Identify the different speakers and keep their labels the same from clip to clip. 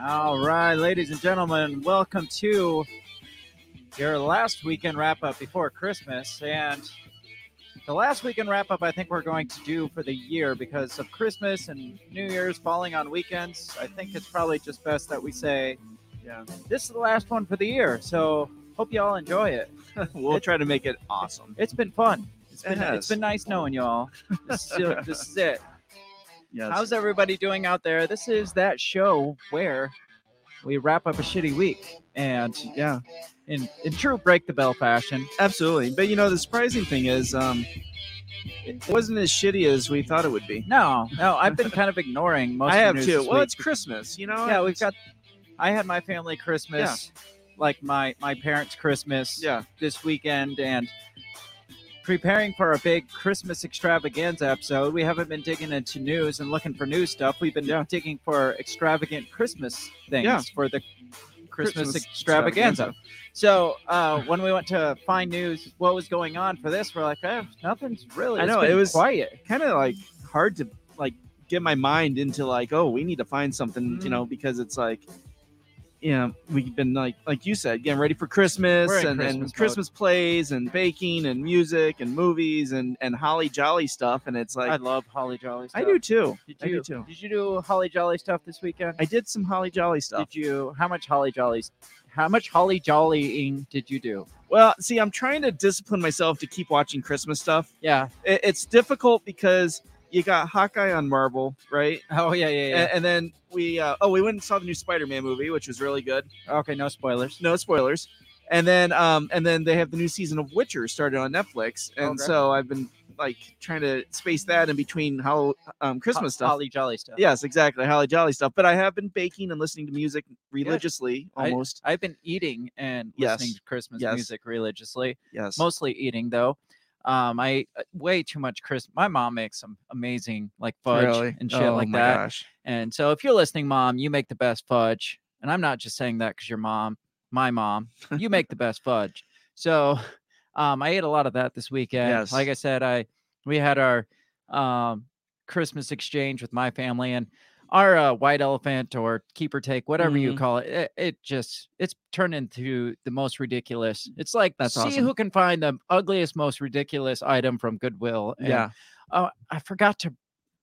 Speaker 1: All right, ladies and gentlemen, welcome to your last weekend wrap up before Christmas. And the last weekend wrap up, I think we're going to do for the year because of Christmas and New Year's falling on weekends. I think it's probably just best that we say,
Speaker 2: Yeah.
Speaker 1: this is the last one for the year. So hope you all enjoy it.
Speaker 2: we'll try to make it awesome.
Speaker 1: It's been fun. It's been,
Speaker 2: It has.
Speaker 1: it's been nice knowing y'all. This is, this is it.
Speaker 2: Yes.
Speaker 1: How's everybody doing out there? This is that show where we wrap up a shitty week and
Speaker 2: yeah,
Speaker 1: in, in true break the bell fashion.
Speaker 2: absolutely. But you know, the surprising thing is, um, it wasn't as shitty as we thought it would be.
Speaker 1: No, no, I've been kind of ignoring most. of
Speaker 2: I
Speaker 1: the
Speaker 2: have
Speaker 1: news
Speaker 2: too.
Speaker 1: this
Speaker 2: Well,
Speaker 1: week
Speaker 2: it's Christmas, you know.
Speaker 1: because- yeah, we've got. I had my family Christmas, like my my parents' Christmas
Speaker 2: yeah,
Speaker 1: this weekend, and preparing for a big Christmas extravaganza episode. We haven't been digging into news and looking for new stuff. We've been
Speaker 2: Yeah.
Speaker 1: digging for extravagant Christmas things
Speaker 2: Yeah.
Speaker 1: for the Christmas,
Speaker 2: Christmas
Speaker 1: extravaganza.
Speaker 2: extravaganza.
Speaker 1: So uh, when we went to find news, what was going on for this, we're like, eh, nothing's really.
Speaker 2: I
Speaker 1: it's
Speaker 2: know, it
Speaker 1: been
Speaker 2: was-
Speaker 1: quiet.
Speaker 2: kind of like hard to like get my mind into like, oh, we need to find something,
Speaker 1: Mm-hmm.
Speaker 2: you know, because it's like. You know, we've been like, like you said, getting ready for Christmas
Speaker 1: We're in
Speaker 2: and,
Speaker 1: Christmas mode.
Speaker 2: and Christmas plays and baking and music and movies and and holly jolly stuff. And it's like,
Speaker 1: I love Holly Jolly. Stuff.
Speaker 2: I do too.
Speaker 1: Did
Speaker 2: I
Speaker 1: you,
Speaker 2: do too.
Speaker 1: Did you do Holly Jolly stuff this weekend?
Speaker 2: I did some holly jolly stuff.
Speaker 1: Did you? How much Holly Jolly? How much Holly Jollying did you do?
Speaker 2: Well, see, I'm trying to discipline myself to keep watching Christmas stuff.
Speaker 1: Yeah.
Speaker 2: It, it's difficult because you got Hawkeye on Marvel, right?
Speaker 1: Oh yeah, yeah,
Speaker 2: A- And, then we, uh, oh, we went and saw the new Spider-Man movie, which was really good.
Speaker 1: okay, no spoilers.
Speaker 2: No spoilers. And then, um, and then they have the new season of Witcher started on Netflix, and
Speaker 1: Okay.
Speaker 2: so I've been like trying to space that in between how um, Christmas stuff.
Speaker 1: Holly Jolly stuff.
Speaker 2: Yes, exactly, Holly Jolly stuff. But I have been baking and listening to music religiously,
Speaker 1: I-
Speaker 2: almost.
Speaker 1: I've been eating and
Speaker 2: Yes.
Speaker 1: listening to Christmas
Speaker 2: Yes.
Speaker 1: music religiously.
Speaker 2: yes.
Speaker 1: Mostly eating though. Um, I uh, way too much Christmas. My mom makes some amazing like fudge and shit
Speaker 2: Oh
Speaker 1: like
Speaker 2: my
Speaker 1: that.
Speaker 2: Gosh.
Speaker 1: And so if you're listening, mom, you make the best fudge. And I'm not just saying that because your mom, my mom, you make the best fudge. So um, I ate a lot of that this weekend.
Speaker 2: Yes.
Speaker 1: Like I said, I we had our um, Christmas exchange with my family and our uh, white elephant or keeper take, whatever you
Speaker 2: Mhm.
Speaker 1: call it, it, it just it's turned into the most ridiculous. It's like
Speaker 2: That's
Speaker 1: see
Speaker 2: awesome.
Speaker 1: who can find the ugliest, most ridiculous item from Goodwill. and
Speaker 2: Yeah.
Speaker 1: Oh, I forgot to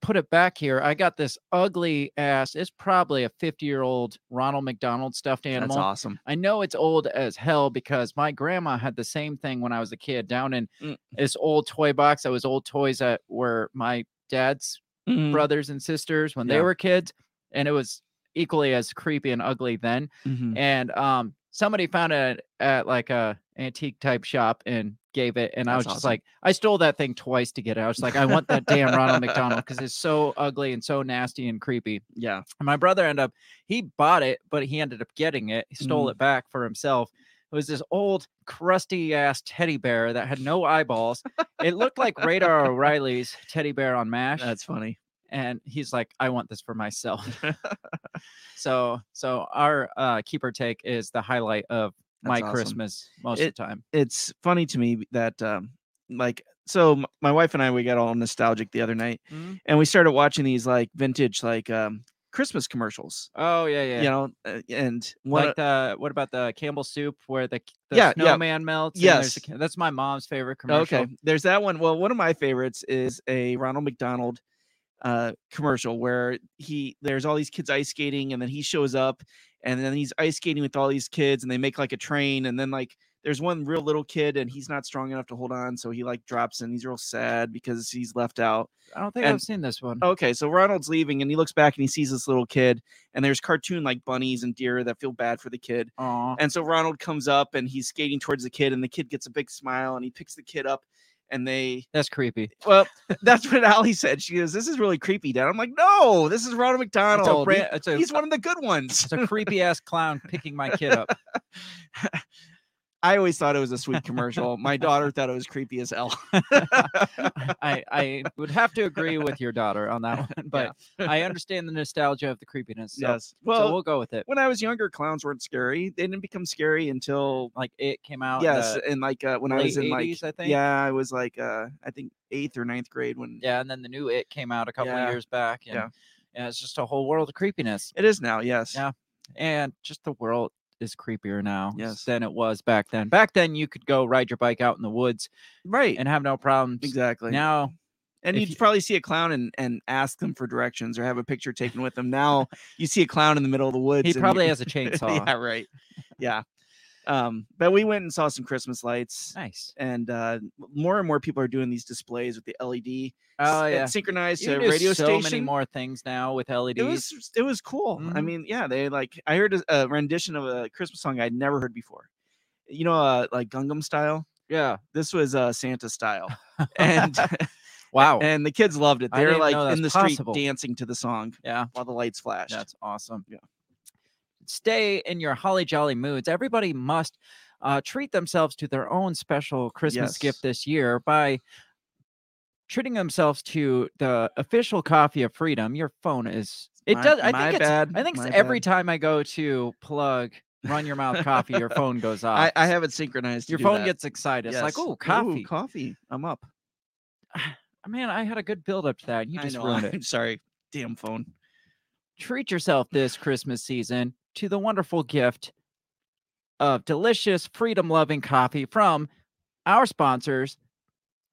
Speaker 1: put it back here. I got this ugly ass. It's probably a 50 year old Ronald McDonald stuffed animal.
Speaker 2: That's awesome.
Speaker 1: I know it's old as hell because my grandma had the same thing when I was a kid down in
Speaker 2: Mm.
Speaker 1: this old toy box. That was old toys that were my dad's
Speaker 2: Mm-hmm.
Speaker 1: brothers and sisters when they
Speaker 2: Mm. Yeah.
Speaker 1: were kids. And it was equally as creepy and ugly then
Speaker 2: Mhm.
Speaker 1: and um somebody found it at like a antique type shop and gave it and i was
Speaker 2: That's
Speaker 1: just
Speaker 2: awesome.
Speaker 1: like i stole that thing twice to get it i was like i want that damn ronald mcdonald because it's so ugly and so nasty and creepy
Speaker 2: Yeah.
Speaker 1: and my brother ended up he bought it but he ended up getting it he stole
Speaker 2: Mm.
Speaker 1: it back for himself it was this old crusty ass teddy bear that had no eyeballs it looked like radar o'reilly's teddy bear on mash
Speaker 2: That's funny.
Speaker 1: and he's like i want this for myself so so our uh keeper take is the highlight of my
Speaker 2: That's awesome.
Speaker 1: christmas most of
Speaker 2: It-
Speaker 1: the time
Speaker 2: It's funny to me that um like so m- my wife and I we got all nostalgic the other night and we started watching these like vintage like um Christmas commercials.
Speaker 1: oh yeah yeah
Speaker 2: You know, uh, and one
Speaker 1: like the what about the Campbell soup where the, the
Speaker 2: Yeah, yeah.
Speaker 1: snowman melts? and there's the
Speaker 2: Yes.
Speaker 1: ca- that's my mom's favorite commercial.
Speaker 2: okay, there's that one. Well, one of my favorites is a Ronald McDonald uh commercial where he there's all these kids ice skating and then he shows up and then he's ice skating with all these kids and they make like a train and then like there's one real little kid and he's not strong enough to hold on so he like drops and he's real sad because he's left out
Speaker 1: I don't think I've
Speaker 2: And- Oh,
Speaker 1: seen this one.
Speaker 2: okay so ronald's leaving and he looks back and he sees this little kid and there's cartoon like bunnies and deer that feel bad for the kid
Speaker 1: Aw.
Speaker 2: and so ronald comes up and he's skating towards the kid and the kid gets a big smile and he picks the kid up and they
Speaker 1: that's creepy.
Speaker 2: well that's what ali said she goes this is really creepy dad i'm like no this is ronald
Speaker 1: It's a,
Speaker 2: mcdonald He-
Speaker 1: bra- it's a,
Speaker 2: he's one of the good ones
Speaker 1: it's a creepy ass clown picking my kid up.
Speaker 2: I always thought it was a sweet commercial. My daughter thought it was creepy as hell.
Speaker 1: I, I would have to agree with your daughter on that one, but I understand the nostalgia of the creepiness. So,
Speaker 2: yes.
Speaker 1: so
Speaker 2: Well,
Speaker 1: we'll go with it.
Speaker 2: when I was younger, clowns weren't scary. They didn't become scary until
Speaker 1: Like it came out. in
Speaker 2: yes,
Speaker 1: the
Speaker 2: and like uh, when I was
Speaker 1: late
Speaker 2: in like
Speaker 1: 80s, I think.
Speaker 2: yeah, I was like uh, I think eighth or ninth grade when
Speaker 1: Yeah, and then the new it came out a couple
Speaker 2: Yeah.
Speaker 1: of years back. And,
Speaker 2: Yeah.
Speaker 1: and it's just a whole world of creepiness.
Speaker 2: it is now. Yes.
Speaker 1: Yeah. And just the world is creepier now
Speaker 2: Yes.
Speaker 1: than it was back then. Back then you could go ride your bike out in the woods
Speaker 2: Right.
Speaker 1: and have no problems.
Speaker 2: E exactly.
Speaker 1: Now
Speaker 2: and
Speaker 1: if
Speaker 2: you'd
Speaker 1: you-
Speaker 2: probably see a clown and, and ask them for directions or have a picture taken with them. Now you see a clown in the middle of the woods.
Speaker 1: he
Speaker 2: and you-
Speaker 1: probably has a chainsaw.
Speaker 2: yeah. Right. Yeah. Um, but we went and saw some Christmas lights.
Speaker 1: Nice.
Speaker 2: And uh, more and more people are doing these displays with the LED
Speaker 1: Oh
Speaker 2: s-
Speaker 1: yeah.
Speaker 2: synchronized
Speaker 1: You
Speaker 2: to
Speaker 1: can do
Speaker 2: radio
Speaker 1: so
Speaker 2: station.
Speaker 1: many more things now with E LEDs.
Speaker 2: it was it was cool. I
Speaker 1: Mhm.
Speaker 2: mean, yeah, they like I heard a- a rendition of a Christmas song I'd never heard before. You know, uh, like Gangnam Style.
Speaker 1: yeah.
Speaker 2: This was uh, Santa Style, and
Speaker 1: Wow.
Speaker 2: and the kids loved it.
Speaker 1: Oh. I
Speaker 2: They're
Speaker 1: didn't
Speaker 2: like
Speaker 1: know
Speaker 2: in the
Speaker 1: that's
Speaker 2: street
Speaker 1: possible.
Speaker 2: dancing to the song
Speaker 1: yeah.
Speaker 2: while the lights flashed.
Speaker 1: That's awesome.
Speaker 2: Yeah.
Speaker 1: Stay in your holly jolly moods. Everybody must uh, treat themselves to their own special Christmas
Speaker 2: Yes.
Speaker 1: gift this year by treating themselves to the official coffee of freedom. Your phone is it
Speaker 2: My-
Speaker 1: does. I
Speaker 2: my
Speaker 1: think it's,
Speaker 2: bad,
Speaker 1: I think it's
Speaker 2: my
Speaker 1: every
Speaker 2: bad.
Speaker 1: time I go to plug run your mouth coffee, your phone goes off.
Speaker 2: I, I have it synchronized. to
Speaker 1: your
Speaker 2: do
Speaker 1: phone
Speaker 2: that.
Speaker 1: gets excited. It's like,
Speaker 2: Yes.
Speaker 1: oh, coffee.
Speaker 2: coffee. I'm up.
Speaker 1: Man, I had a good build up to that. and You
Speaker 2: I
Speaker 1: just
Speaker 2: know,
Speaker 1: ruined it.
Speaker 2: I'm sorry. Damn phone.
Speaker 1: treat yourself this Christmas season to the wonderful gift of delicious, freedom loving coffee from our sponsors,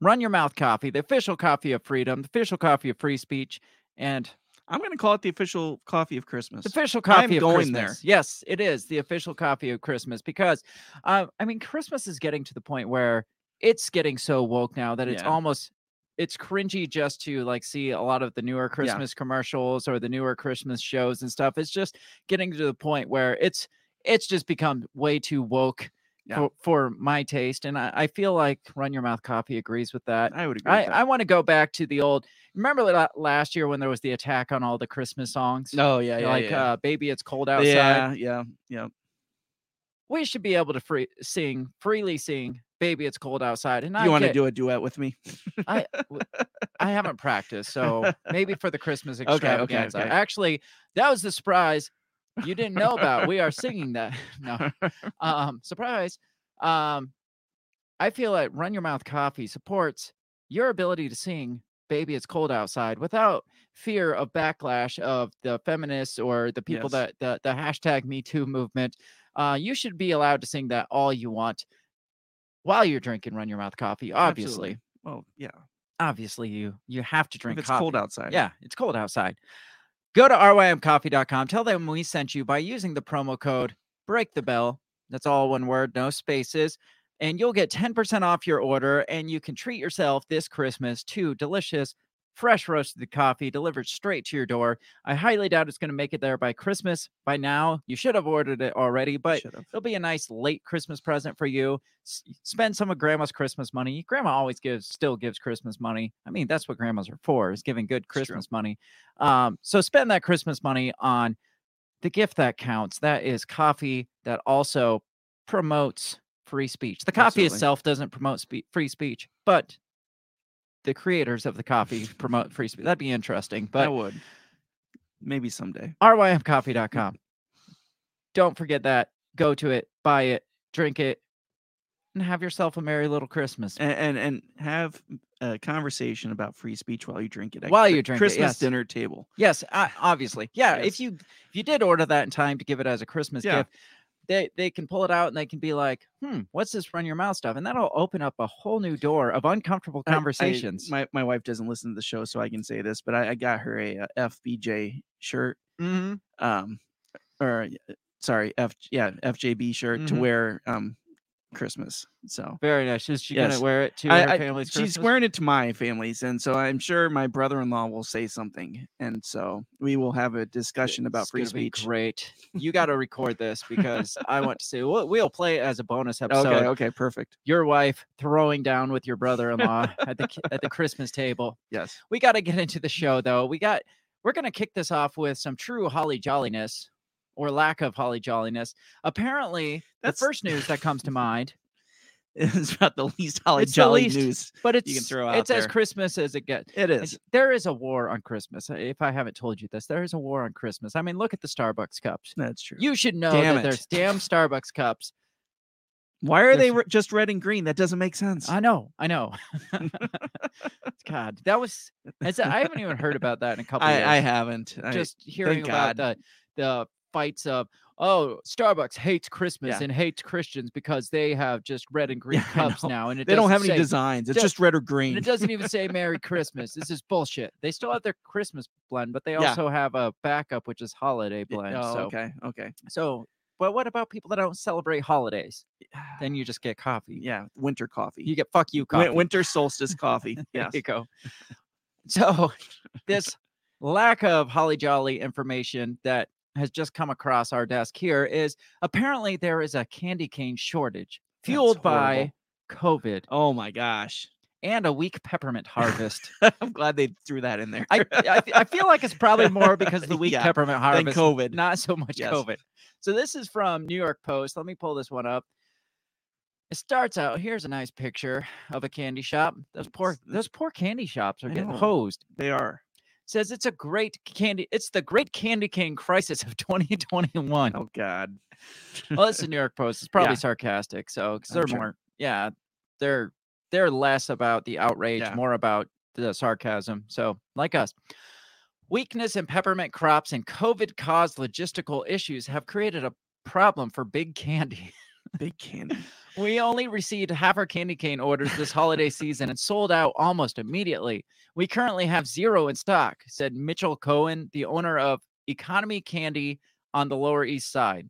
Speaker 1: Run Your Mouth Coffee, the official coffee of freedom, the official coffee of free speech, and
Speaker 2: I'm gonna call it the official coffee of Christmas.
Speaker 1: the official
Speaker 2: I'm
Speaker 1: coffee of
Speaker 2: going there.
Speaker 1: Christmas. Yes, it is the official coffee of Christmas because, uh, I mean, Christmas is getting to the point where it's getting so woke now that it's
Speaker 2: Yeah.
Speaker 1: almost it's cringy just to like see a lot of the newer Christmas commercials or the newer Christmas shows and stuff. It's just getting to the point where it's it's just become way too woke
Speaker 2: Yeah.
Speaker 1: for, for my taste, and I, I feel like Run Your Mouth Coffee agrees with that.
Speaker 2: I would agree.
Speaker 1: I,
Speaker 2: with
Speaker 1: I want to go back to the old. Remember la- last year when there was the attack on all the Christmas songs?
Speaker 2: that. oh yeah, yeah,
Speaker 1: like
Speaker 2: yeah.
Speaker 1: uh baby it's cold outside
Speaker 2: yeah, yeah, yeah.
Speaker 1: we should be able to free sing freely sing baby it's cold outside and i
Speaker 2: You want to
Speaker 1: get-
Speaker 2: do a duet with me?
Speaker 1: i haven't practiced so maybe for the christmas
Speaker 2: okay,
Speaker 1: extravaganza
Speaker 2: okay.
Speaker 1: actually that was the surprise you didn't know about we are singing that no um surprise um i feel like run your mouth coffee supports your ability to sing baby it's cold outside without fear of backlash of the feminists or the people
Speaker 2: Yes.
Speaker 1: that the, the hashtag me too movement uh you should be allowed to sing that all you want while you're drinking run your mouth coffee obviously
Speaker 2: Absolutely. Well, yeah.
Speaker 1: obviously you you have to drink
Speaker 2: if it's
Speaker 1: coffee
Speaker 2: cold outside.
Speaker 1: yeah, it's cold outside. Go to rymcoffee.com. Tell them we sent you by using the promo code break the bell. That's all one word, no spaces. And you'll get 10% off your order and you can treat yourself this Christmas to delicious fresh roasted coffee delivered straight to your door. I highly doubt it's going to make it there by Christmas. By now, you should have ordered it already, but
Speaker 2: Should've.
Speaker 1: It'll be a nice late Christmas present for you. S- spend some of grandma's Christmas money. Grandma always gives, still gives Christmas money. I mean, that's what grandmas are for, is giving good
Speaker 2: true.
Speaker 1: Christmas money. Um, so spend that Christmas money on the gift that counts. That is coffee that also promotes free speech. The coffee
Speaker 2: Absolutely.
Speaker 1: itself doesn't promote spe- free speech, but the creators of the coffee promote free speech. That'd be interesting.
Speaker 2: I
Speaker 1: But
Speaker 2: would. Maybe someday.
Speaker 1: rymcoffee.com. Don't forget that. Go to it, buy it, drink it, and have yourself a merry little Christmas.
Speaker 2: And and, and have a conversation about free speech while you drink it. at
Speaker 1: While
Speaker 2: Chri-
Speaker 1: you drink it,
Speaker 2: Christmas
Speaker 1: yes.
Speaker 2: dinner table.
Speaker 1: Yes, I, obviously. Yeah,
Speaker 2: Yes.
Speaker 1: if you if you did order that in time to give it as a Christmas
Speaker 2: Yeah.
Speaker 1: gift, they they can pull it out and they can be like, "Hmm, what's this run your mouth stuff?" And that'll open up a whole new door of uncomfortable
Speaker 2: I- I-
Speaker 1: conversations.
Speaker 2: my my wife doesn't listen to the show, so I can say this, but I, I got her a, uh FBJ shirt.
Speaker 1: Mhm.
Speaker 2: Um, or uh, sorry, F yeah FJB shirt to
Speaker 1: Mhm.
Speaker 2: wear um Christmas. So
Speaker 1: Very nice. Is she
Speaker 2: Yes.
Speaker 1: gonna wear it to
Speaker 2: I-
Speaker 1: her
Speaker 2: I-
Speaker 1: family's
Speaker 2: she's
Speaker 1: Christmas?
Speaker 2: wearing it to my families, and so I'm sure my brother-in-law will say something, and so we will have a discussion about
Speaker 1: It's
Speaker 2: free
Speaker 1: gonna be
Speaker 2: speech.
Speaker 1: Great. You got to record this because I want to see. We'll, we'll play it as a bonus episode.
Speaker 2: Okay, okay, perfect.
Speaker 1: your wife throwing down with your brother-in-law at the at the Christmas table.
Speaker 2: Yes.
Speaker 1: We got to get into the show though. We got we're going to kick this off with some true holly jolliness or lack of holly jolliness. Apparently,
Speaker 2: That's-
Speaker 1: the first news that comes to mind,
Speaker 2: It's about the least holly
Speaker 1: It's the
Speaker 2: jolly
Speaker 1: least.
Speaker 2: news.
Speaker 1: but it's
Speaker 2: can throw out
Speaker 1: it's as
Speaker 2: there.
Speaker 1: Christmas as it gets.
Speaker 2: It
Speaker 1: And
Speaker 2: is.
Speaker 1: There is a war on Christmas. uh, If I haven't told you this, there is a war on Christmas. I mean, look at the Starbucks cups.
Speaker 2: That's true.
Speaker 1: You should know
Speaker 2: Damn
Speaker 1: that
Speaker 2: it.
Speaker 1: there's damn Starbucks cups.
Speaker 2: Why are they
Speaker 1: There's-
Speaker 2: re- just red and green? That doesn't make sense.
Speaker 1: I know, I know. God, that was. I said- I haven't even heard about that in a couple. years.
Speaker 2: I, I haven't. I-
Speaker 1: just hearing
Speaker 2: thank
Speaker 1: about the the fights of oh Starbucks hates Christmas
Speaker 2: Yeah.
Speaker 1: and hates Christians because they have just red and green
Speaker 2: Yeah, I
Speaker 1: cups
Speaker 2: know.
Speaker 1: now and it
Speaker 2: they don't
Speaker 1: doesn't
Speaker 2: have any
Speaker 1: say-
Speaker 2: designs. It's
Speaker 1: just-
Speaker 2: just red or
Speaker 1: and
Speaker 2: green.
Speaker 1: it doesn't even say Merry Christmas. This is bullshit. They still have their Christmas blend, but they
Speaker 2: Yeah.
Speaker 1: also have a backup which is holiday
Speaker 2: Yeah,
Speaker 1: blend.
Speaker 2: oh,
Speaker 1: so
Speaker 2: okay. Okay.
Speaker 1: so but what about people that don't celebrate holidays? Then you just get coffee.
Speaker 2: Yeah. Winter coffee.
Speaker 1: You get fuck you
Speaker 2: Win-
Speaker 1: coffee.
Speaker 2: Winter solstice coffee.
Speaker 1: There
Speaker 2: Yes.
Speaker 1: you go. So this lack of holly jolly information that has just come across our desk here is apparently there is a candy cane shortage
Speaker 2: That's
Speaker 1: fueled by
Speaker 2: horrible.
Speaker 1: COVID
Speaker 2: Oh my gosh.
Speaker 1: and a weak peppermint harvest.
Speaker 2: I'm glad they threw that in there.
Speaker 1: I, I I feel like it's probably more because of the weak
Speaker 2: Yeah,
Speaker 1: peppermint
Speaker 2: Than
Speaker 1: harvest,
Speaker 2: COVID.
Speaker 1: not so much
Speaker 2: Yes.
Speaker 1: COVID. So this is from New York Post. Let me pull this one up. It starts out. Here's a nice picture of a candy shop. Those poor
Speaker 2: It's- it's-
Speaker 1: those poor candy shops are
Speaker 2: I
Speaker 1: getting
Speaker 2: know.
Speaker 1: hosed.
Speaker 2: They are.
Speaker 1: says it's a great candy. It's the great candy cane crisis of 2021.
Speaker 2: Oh God.
Speaker 1: Well, it's the New York Post. It's probably
Speaker 2: Yeah.
Speaker 1: sarcastic. So, because
Speaker 2: I'm
Speaker 1: they're
Speaker 2: sure.
Speaker 1: more, yeah, they're they're less about the outrage,
Speaker 2: Yeah.
Speaker 1: more about the sarcasm. So, like us, weakness in peppermint crops and COVID-caused logistical issues have created a problem for big candy.
Speaker 2: Big candy.
Speaker 1: We only received half our candy cane orders this holiday season and sold out almost immediately. We currently have zero in stock, said Mitchell Cohen, the owner of Economy Candy on the Lower East Side.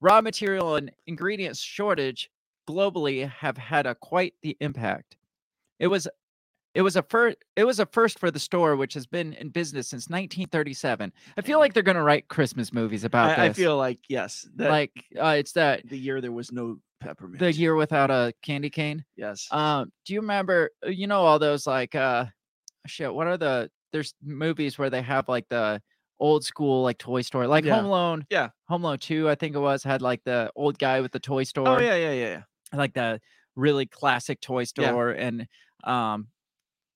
Speaker 1: Raw material and ingredient shortage globally have had a quite the impact. It was it was a first it was a first for the store which has been in business since 1937. I feel like they're going to write Christmas movies about
Speaker 2: Mm. I, I
Speaker 1: this.
Speaker 2: feel like yes. That
Speaker 1: like uh, it's that
Speaker 2: the uh, year there was no peppermint.
Speaker 1: the year without a candy cane.
Speaker 2: yes.
Speaker 1: Um, do you remember? uh, You know all those like uh, shit. What are the there's movies where they have like the old school like Toy Story, like
Speaker 2: Yeah.
Speaker 1: Home Alone.
Speaker 2: Yeah.
Speaker 1: Home Alone Two, I think it was, had like the old guy with the toy store.
Speaker 2: oh yeah, yeah, yeah, yeah.
Speaker 1: Like the really classic toy
Speaker 2: Yeah.
Speaker 1: store, and um,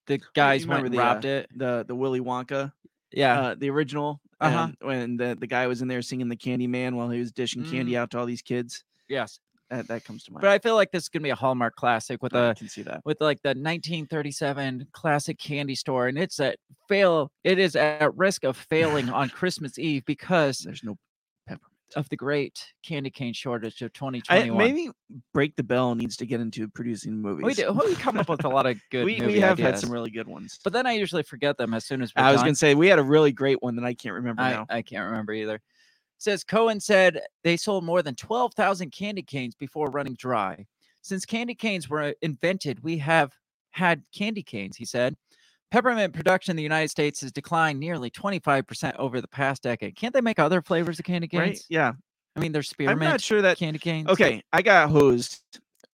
Speaker 1: the guys went
Speaker 2: remember
Speaker 1: and
Speaker 2: the,
Speaker 1: robbed it.
Speaker 2: The the Willy Wonka.
Speaker 1: Yeah.
Speaker 2: uh, the original
Speaker 1: Uh-huh.
Speaker 2: um, when the, the guy was in there singing the candy man while he was dishing candy out to all these kids
Speaker 1: yes.
Speaker 2: that, that comes to mind
Speaker 1: But I feel like this is gonna be a Hallmark classic with
Speaker 2: I
Speaker 1: a
Speaker 2: can see that
Speaker 1: with like the 1937 classic candy store and it's at fail it is at risk of failing on christmas eve because
Speaker 2: there's no peppermint
Speaker 1: of the great candy cane shortage of
Speaker 2: I,
Speaker 1: 2021
Speaker 2: maybe break the bell needs to get into producing movies
Speaker 1: we do we come up with a lot of good
Speaker 2: we,
Speaker 1: movie
Speaker 2: we have had
Speaker 1: ideas,
Speaker 2: some really good ones
Speaker 1: but then i usually forget them as soon as we're
Speaker 2: i was
Speaker 1: done.
Speaker 2: gonna say we had a really great one that i can't remember
Speaker 1: I,
Speaker 2: now
Speaker 1: I can't remember either says cohen said they sold more than 12000 candy canes before running dry since candy canes were invented we have had candy canes he said peppermint production in the united states has declined nearly 25% over the past decade can't they make other flavors of candy canes
Speaker 2: right yeah
Speaker 1: i mean there's
Speaker 2: i'm
Speaker 1: spearmint
Speaker 2: not sure that
Speaker 1: candy canes
Speaker 2: okay i got hosed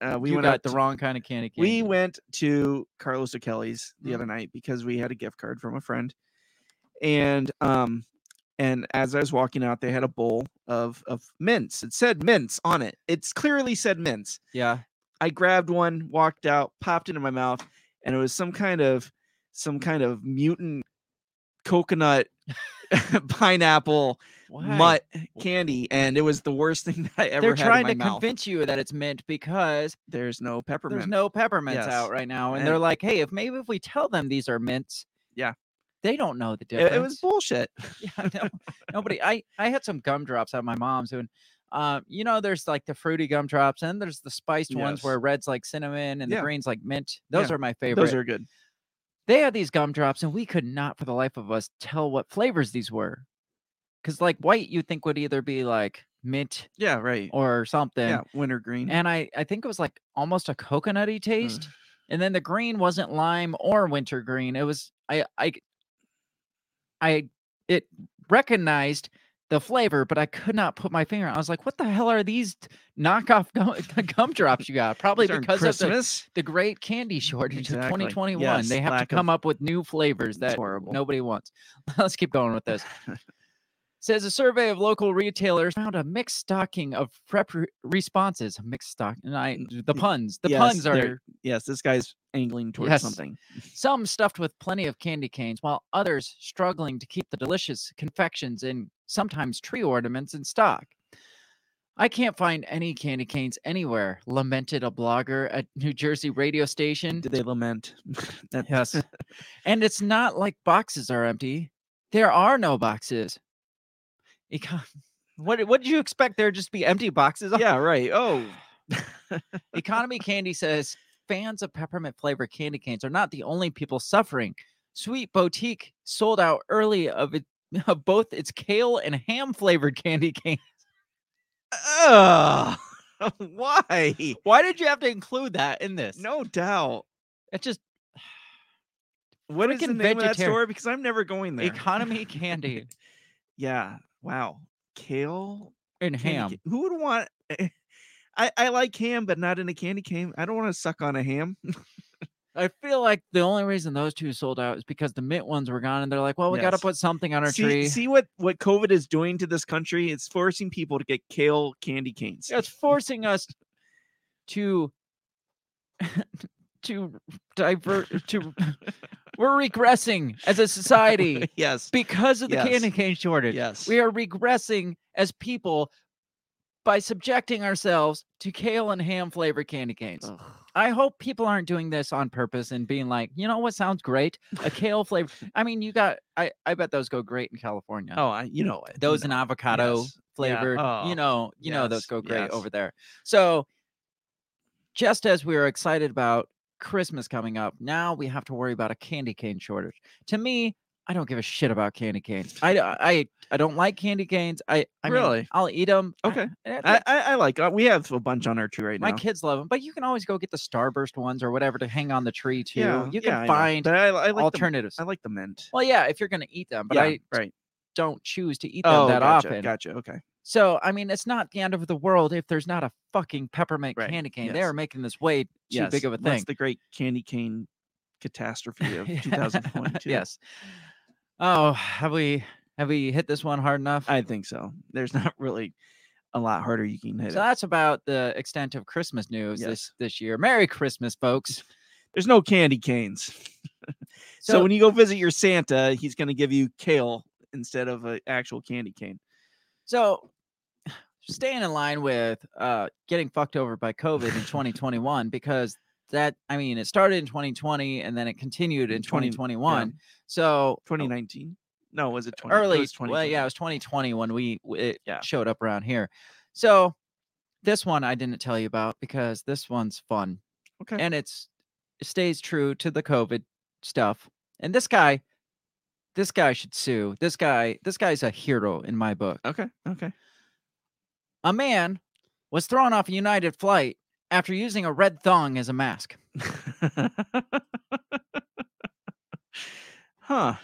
Speaker 2: uh, we
Speaker 1: we you
Speaker 2: went
Speaker 1: got
Speaker 2: out
Speaker 1: the
Speaker 2: to-
Speaker 1: wrong kind of candy cane
Speaker 2: We went to Carlos O'Kelly's the
Speaker 1: Mm.
Speaker 2: other night because we had a gift card from a friend, and um, and as I was walking out, they had a bowl of of mints. It said mints on it. It's clearly said mints.
Speaker 1: yeah
Speaker 2: I grabbed one, walked out, popped it in my mouth, and it was some kind of some kind of mutant coconut pineapple
Speaker 1: Why?
Speaker 2: mutt candy, and it was the worst thing that I ever
Speaker 1: they're
Speaker 2: had
Speaker 1: trying to
Speaker 2: in my mouth.
Speaker 1: convince you that it's mint because
Speaker 2: There's no peppermint.
Speaker 1: There's no peppermints
Speaker 2: Yes.
Speaker 1: out right now, and,
Speaker 2: And-
Speaker 1: they're like, "Hey, if maybe if we tell them these are mints,
Speaker 2: Yeah.
Speaker 1: they don't know the
Speaker 2: It-
Speaker 1: difference."
Speaker 2: it was bullshit.
Speaker 1: yeah, no, nobody. I I had some gumdrops on my mom's, and um, you know, there's like the fruity gumdrops, and there's the spiced ones
Speaker 2: Yes.
Speaker 1: where red's like cinnamon and the
Speaker 2: Yeah.
Speaker 1: greens like mint. Those
Speaker 2: Yeah.
Speaker 1: are my favorite.
Speaker 2: Those are good.
Speaker 1: they had these gumdrops, and we could not, for the life of us, tell what flavors these were, because like white, you think would either be like mint
Speaker 2: Yeah, right.
Speaker 1: or something,
Speaker 2: yeah, wintergreen.
Speaker 1: and I I think it was like almost a coconutty
Speaker 2: Uh,
Speaker 1: taste.
Speaker 2: Mm-hmm.
Speaker 1: and then the green wasn't lime or wintergreen it was i i i it recognized the flavor but i could not put my finger on it. i was like what the hell are these t- knockoff gum, gumdrops you got probably because of the,
Speaker 2: Christmas.
Speaker 1: the great candy shortage of
Speaker 2: Exactly.
Speaker 1: 2021
Speaker 2: Yes,
Speaker 1: they have to
Speaker 2: lack of-
Speaker 1: come up with new flavors
Speaker 2: That's
Speaker 1: that
Speaker 2: horrible.
Speaker 1: nobody wants let's keep going with this says a survey of local retailers found a mixed stocking of prep re- responses. Mixed stock, and I, the puns. The
Speaker 2: Yes,
Speaker 1: puns are
Speaker 2: they're- yes, this guy's angling towards
Speaker 1: Yes.
Speaker 2: something.
Speaker 1: some stuffed with plenty of candy canes, while others struggling to keep the delicious confections and sometimes tree ornaments in stock. I can't find any candy canes anywhere, lamented a blogger at New Jersey radio station.
Speaker 2: Did they lament? That-
Speaker 1: Yes. and it's not like boxes are empty. There are no boxes. Econ- what did- what did you expect there just be empty boxes? on-
Speaker 2: yeah, right. Oh,
Speaker 1: Economy Candy says fans of peppermint flavored candy canes are not the only people suffering. Sweet Boutique sold out early of it of both its kale and ham flavored candy cane.
Speaker 2: Ugh. why?
Speaker 1: Why did you have to include that in this?
Speaker 2: No doubt.
Speaker 1: it just
Speaker 2: What is the
Speaker 1: Freaking
Speaker 2: name of that
Speaker 1: vegetarian.
Speaker 2: store? Because I'm never going there.
Speaker 1: Economy Candy
Speaker 2: yeah. Wow. Kale
Speaker 1: and
Speaker 2: candy
Speaker 1: ham.
Speaker 2: ca- Who would want? eh, I I like ham, but not in a candy cane. I don't want to suck on a ham.
Speaker 1: I feel like the only reason those two sold out is because the mint ones were gone, and they're like, "Well, we got to
Speaker 2: Yes.
Speaker 1: put something on our
Speaker 2: See,
Speaker 1: tree."
Speaker 2: see what what COVID is doing to this country? It's forcing people to get kale candy canes.
Speaker 1: it's forcing us to to divert uh, to we're regressing as a society
Speaker 2: yes.
Speaker 1: because of the
Speaker 2: Yes.
Speaker 1: candy cane shortage
Speaker 2: Yes.
Speaker 1: we are regressing as people by subjecting ourselves to kale and ham flavored candy canes
Speaker 2: Ugh.
Speaker 1: i hope people aren't doing this on purpose and being like you know what sounds great a kale flavor i mean you got i i bet those go great in california
Speaker 2: Oh, I, you know it.
Speaker 1: those
Speaker 2: No.
Speaker 1: and avocado
Speaker 2: Yes.
Speaker 1: flavored.
Speaker 2: Oh,
Speaker 1: you know, you know those
Speaker 2: yes,
Speaker 1: go great
Speaker 2: yes.
Speaker 1: over there. So just as we were excited about Christmas coming up, now we have to worry about a candy cane shortage. To me, I don't give a shit about candy canes. I d- I I don't like candy canes. I, I mean,
Speaker 2: Really?
Speaker 1: I'll eat them.
Speaker 2: Okay. I, I, I like. Uh, we have a bunch on our tree right
Speaker 1: my
Speaker 2: now.
Speaker 1: kids love them, but you can always go get the starburst ones or whatever to hang on the tree too.
Speaker 2: Yeah,
Speaker 1: you can
Speaker 2: yeah, I know.
Speaker 1: find
Speaker 2: But I, I like the,
Speaker 1: alternatives.
Speaker 2: I like the mint.
Speaker 1: well, yeah, if you're gonna eat them, but
Speaker 2: yeah,
Speaker 1: I
Speaker 2: right. Oh,
Speaker 1: don't choose to eat them that
Speaker 2: gotcha,
Speaker 1: often.
Speaker 2: Gotcha. Okay.
Speaker 1: So I mean, it's not the end of the world if there's not a fucking peppermint
Speaker 2: Right,
Speaker 1: candy cane. They
Speaker 2: yes.
Speaker 1: are making this way too
Speaker 2: Yes,
Speaker 1: big of a
Speaker 2: That's
Speaker 1: thing.
Speaker 2: the great candy cane catastrophe of 2022.
Speaker 1: yes. Oh, have we have we hit this one hard enough?
Speaker 2: I think so. There's not really a lot harder you can hit.
Speaker 1: so
Speaker 2: it.
Speaker 1: that's about the extent of Christmas news this
Speaker 2: Yes.
Speaker 1: this year. Merry Christmas, folks.
Speaker 2: There's no candy canes. so,
Speaker 1: So,
Speaker 2: when you go visit your Santa, he's going to give you kale instead of an actual candy cane.
Speaker 1: so staying in line with uh getting fucked over by COVID in 2021 because that I mean it started in 2020 and then it continued in
Speaker 2: 20 yeah.
Speaker 1: 2021. So
Speaker 2: 2019? No, was it 20?
Speaker 1: Oh. early
Speaker 2: It was
Speaker 1: well,
Speaker 2: 2020.
Speaker 1: yeah it was 2020 when we w- it
Speaker 2: Yeah.
Speaker 1: showed up around here so this one i didn't tell you about because this one's fun
Speaker 2: Okay.
Speaker 1: and it's it stays true to the covid stuff and this guy this guy should sue this guy this guy's a hero in my book
Speaker 2: okay. Okay.
Speaker 1: a man was thrown off a united flight after using a red thong as a mask
Speaker 2: huh.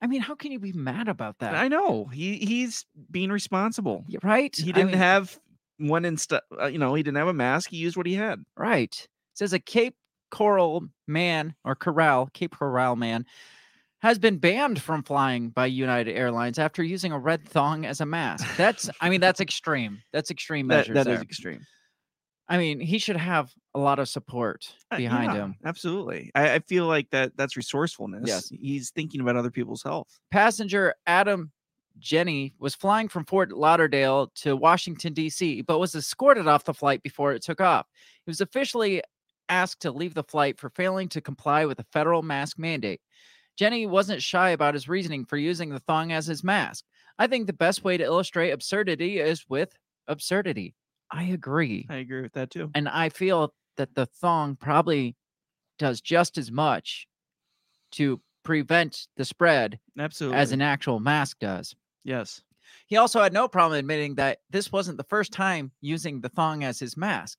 Speaker 1: i mean how can you be mad about that
Speaker 2: I know. He he's being responsible.
Speaker 1: Y- right
Speaker 2: He
Speaker 1: I
Speaker 2: didn't
Speaker 1: mean-
Speaker 2: have one in stu- uh, you know, he didn't have a mask. He used what he had.
Speaker 1: Right. says a Cape Coral man or corral, Cape Coral man has been banned from flying by United Airlines after using a red thong as a mask. That's I mean that's extreme. That's extreme
Speaker 2: That,
Speaker 1: measures
Speaker 2: that
Speaker 1: there.
Speaker 2: is extreme.
Speaker 1: I mean, he should have a lot of support
Speaker 2: Uh,
Speaker 1: behind
Speaker 2: yeah,
Speaker 1: him.
Speaker 2: Absolutely. I, I feel like that that's resourcefulness.
Speaker 1: Yes.
Speaker 2: He's thinking about other people's health.
Speaker 1: Passenger Adam Jenny was flying from Fort Lauderdale to Washington, D.C., but was escorted off the flight before it took off. He was officially asked to leave the flight for failing to comply with a federal mask mandate. Jenny wasn't shy about his reasoning for using the thong as his mask. I think the best way to illustrate absurdity is with absurdity. I agree.
Speaker 2: I agree with that too.
Speaker 1: And I feel that the thong probably does just as much to prevent the spread
Speaker 2: Absolutely.
Speaker 1: as an actual mask does.
Speaker 2: yes.
Speaker 1: He also had no problem admitting that this wasn't the first time using the thong as his mask.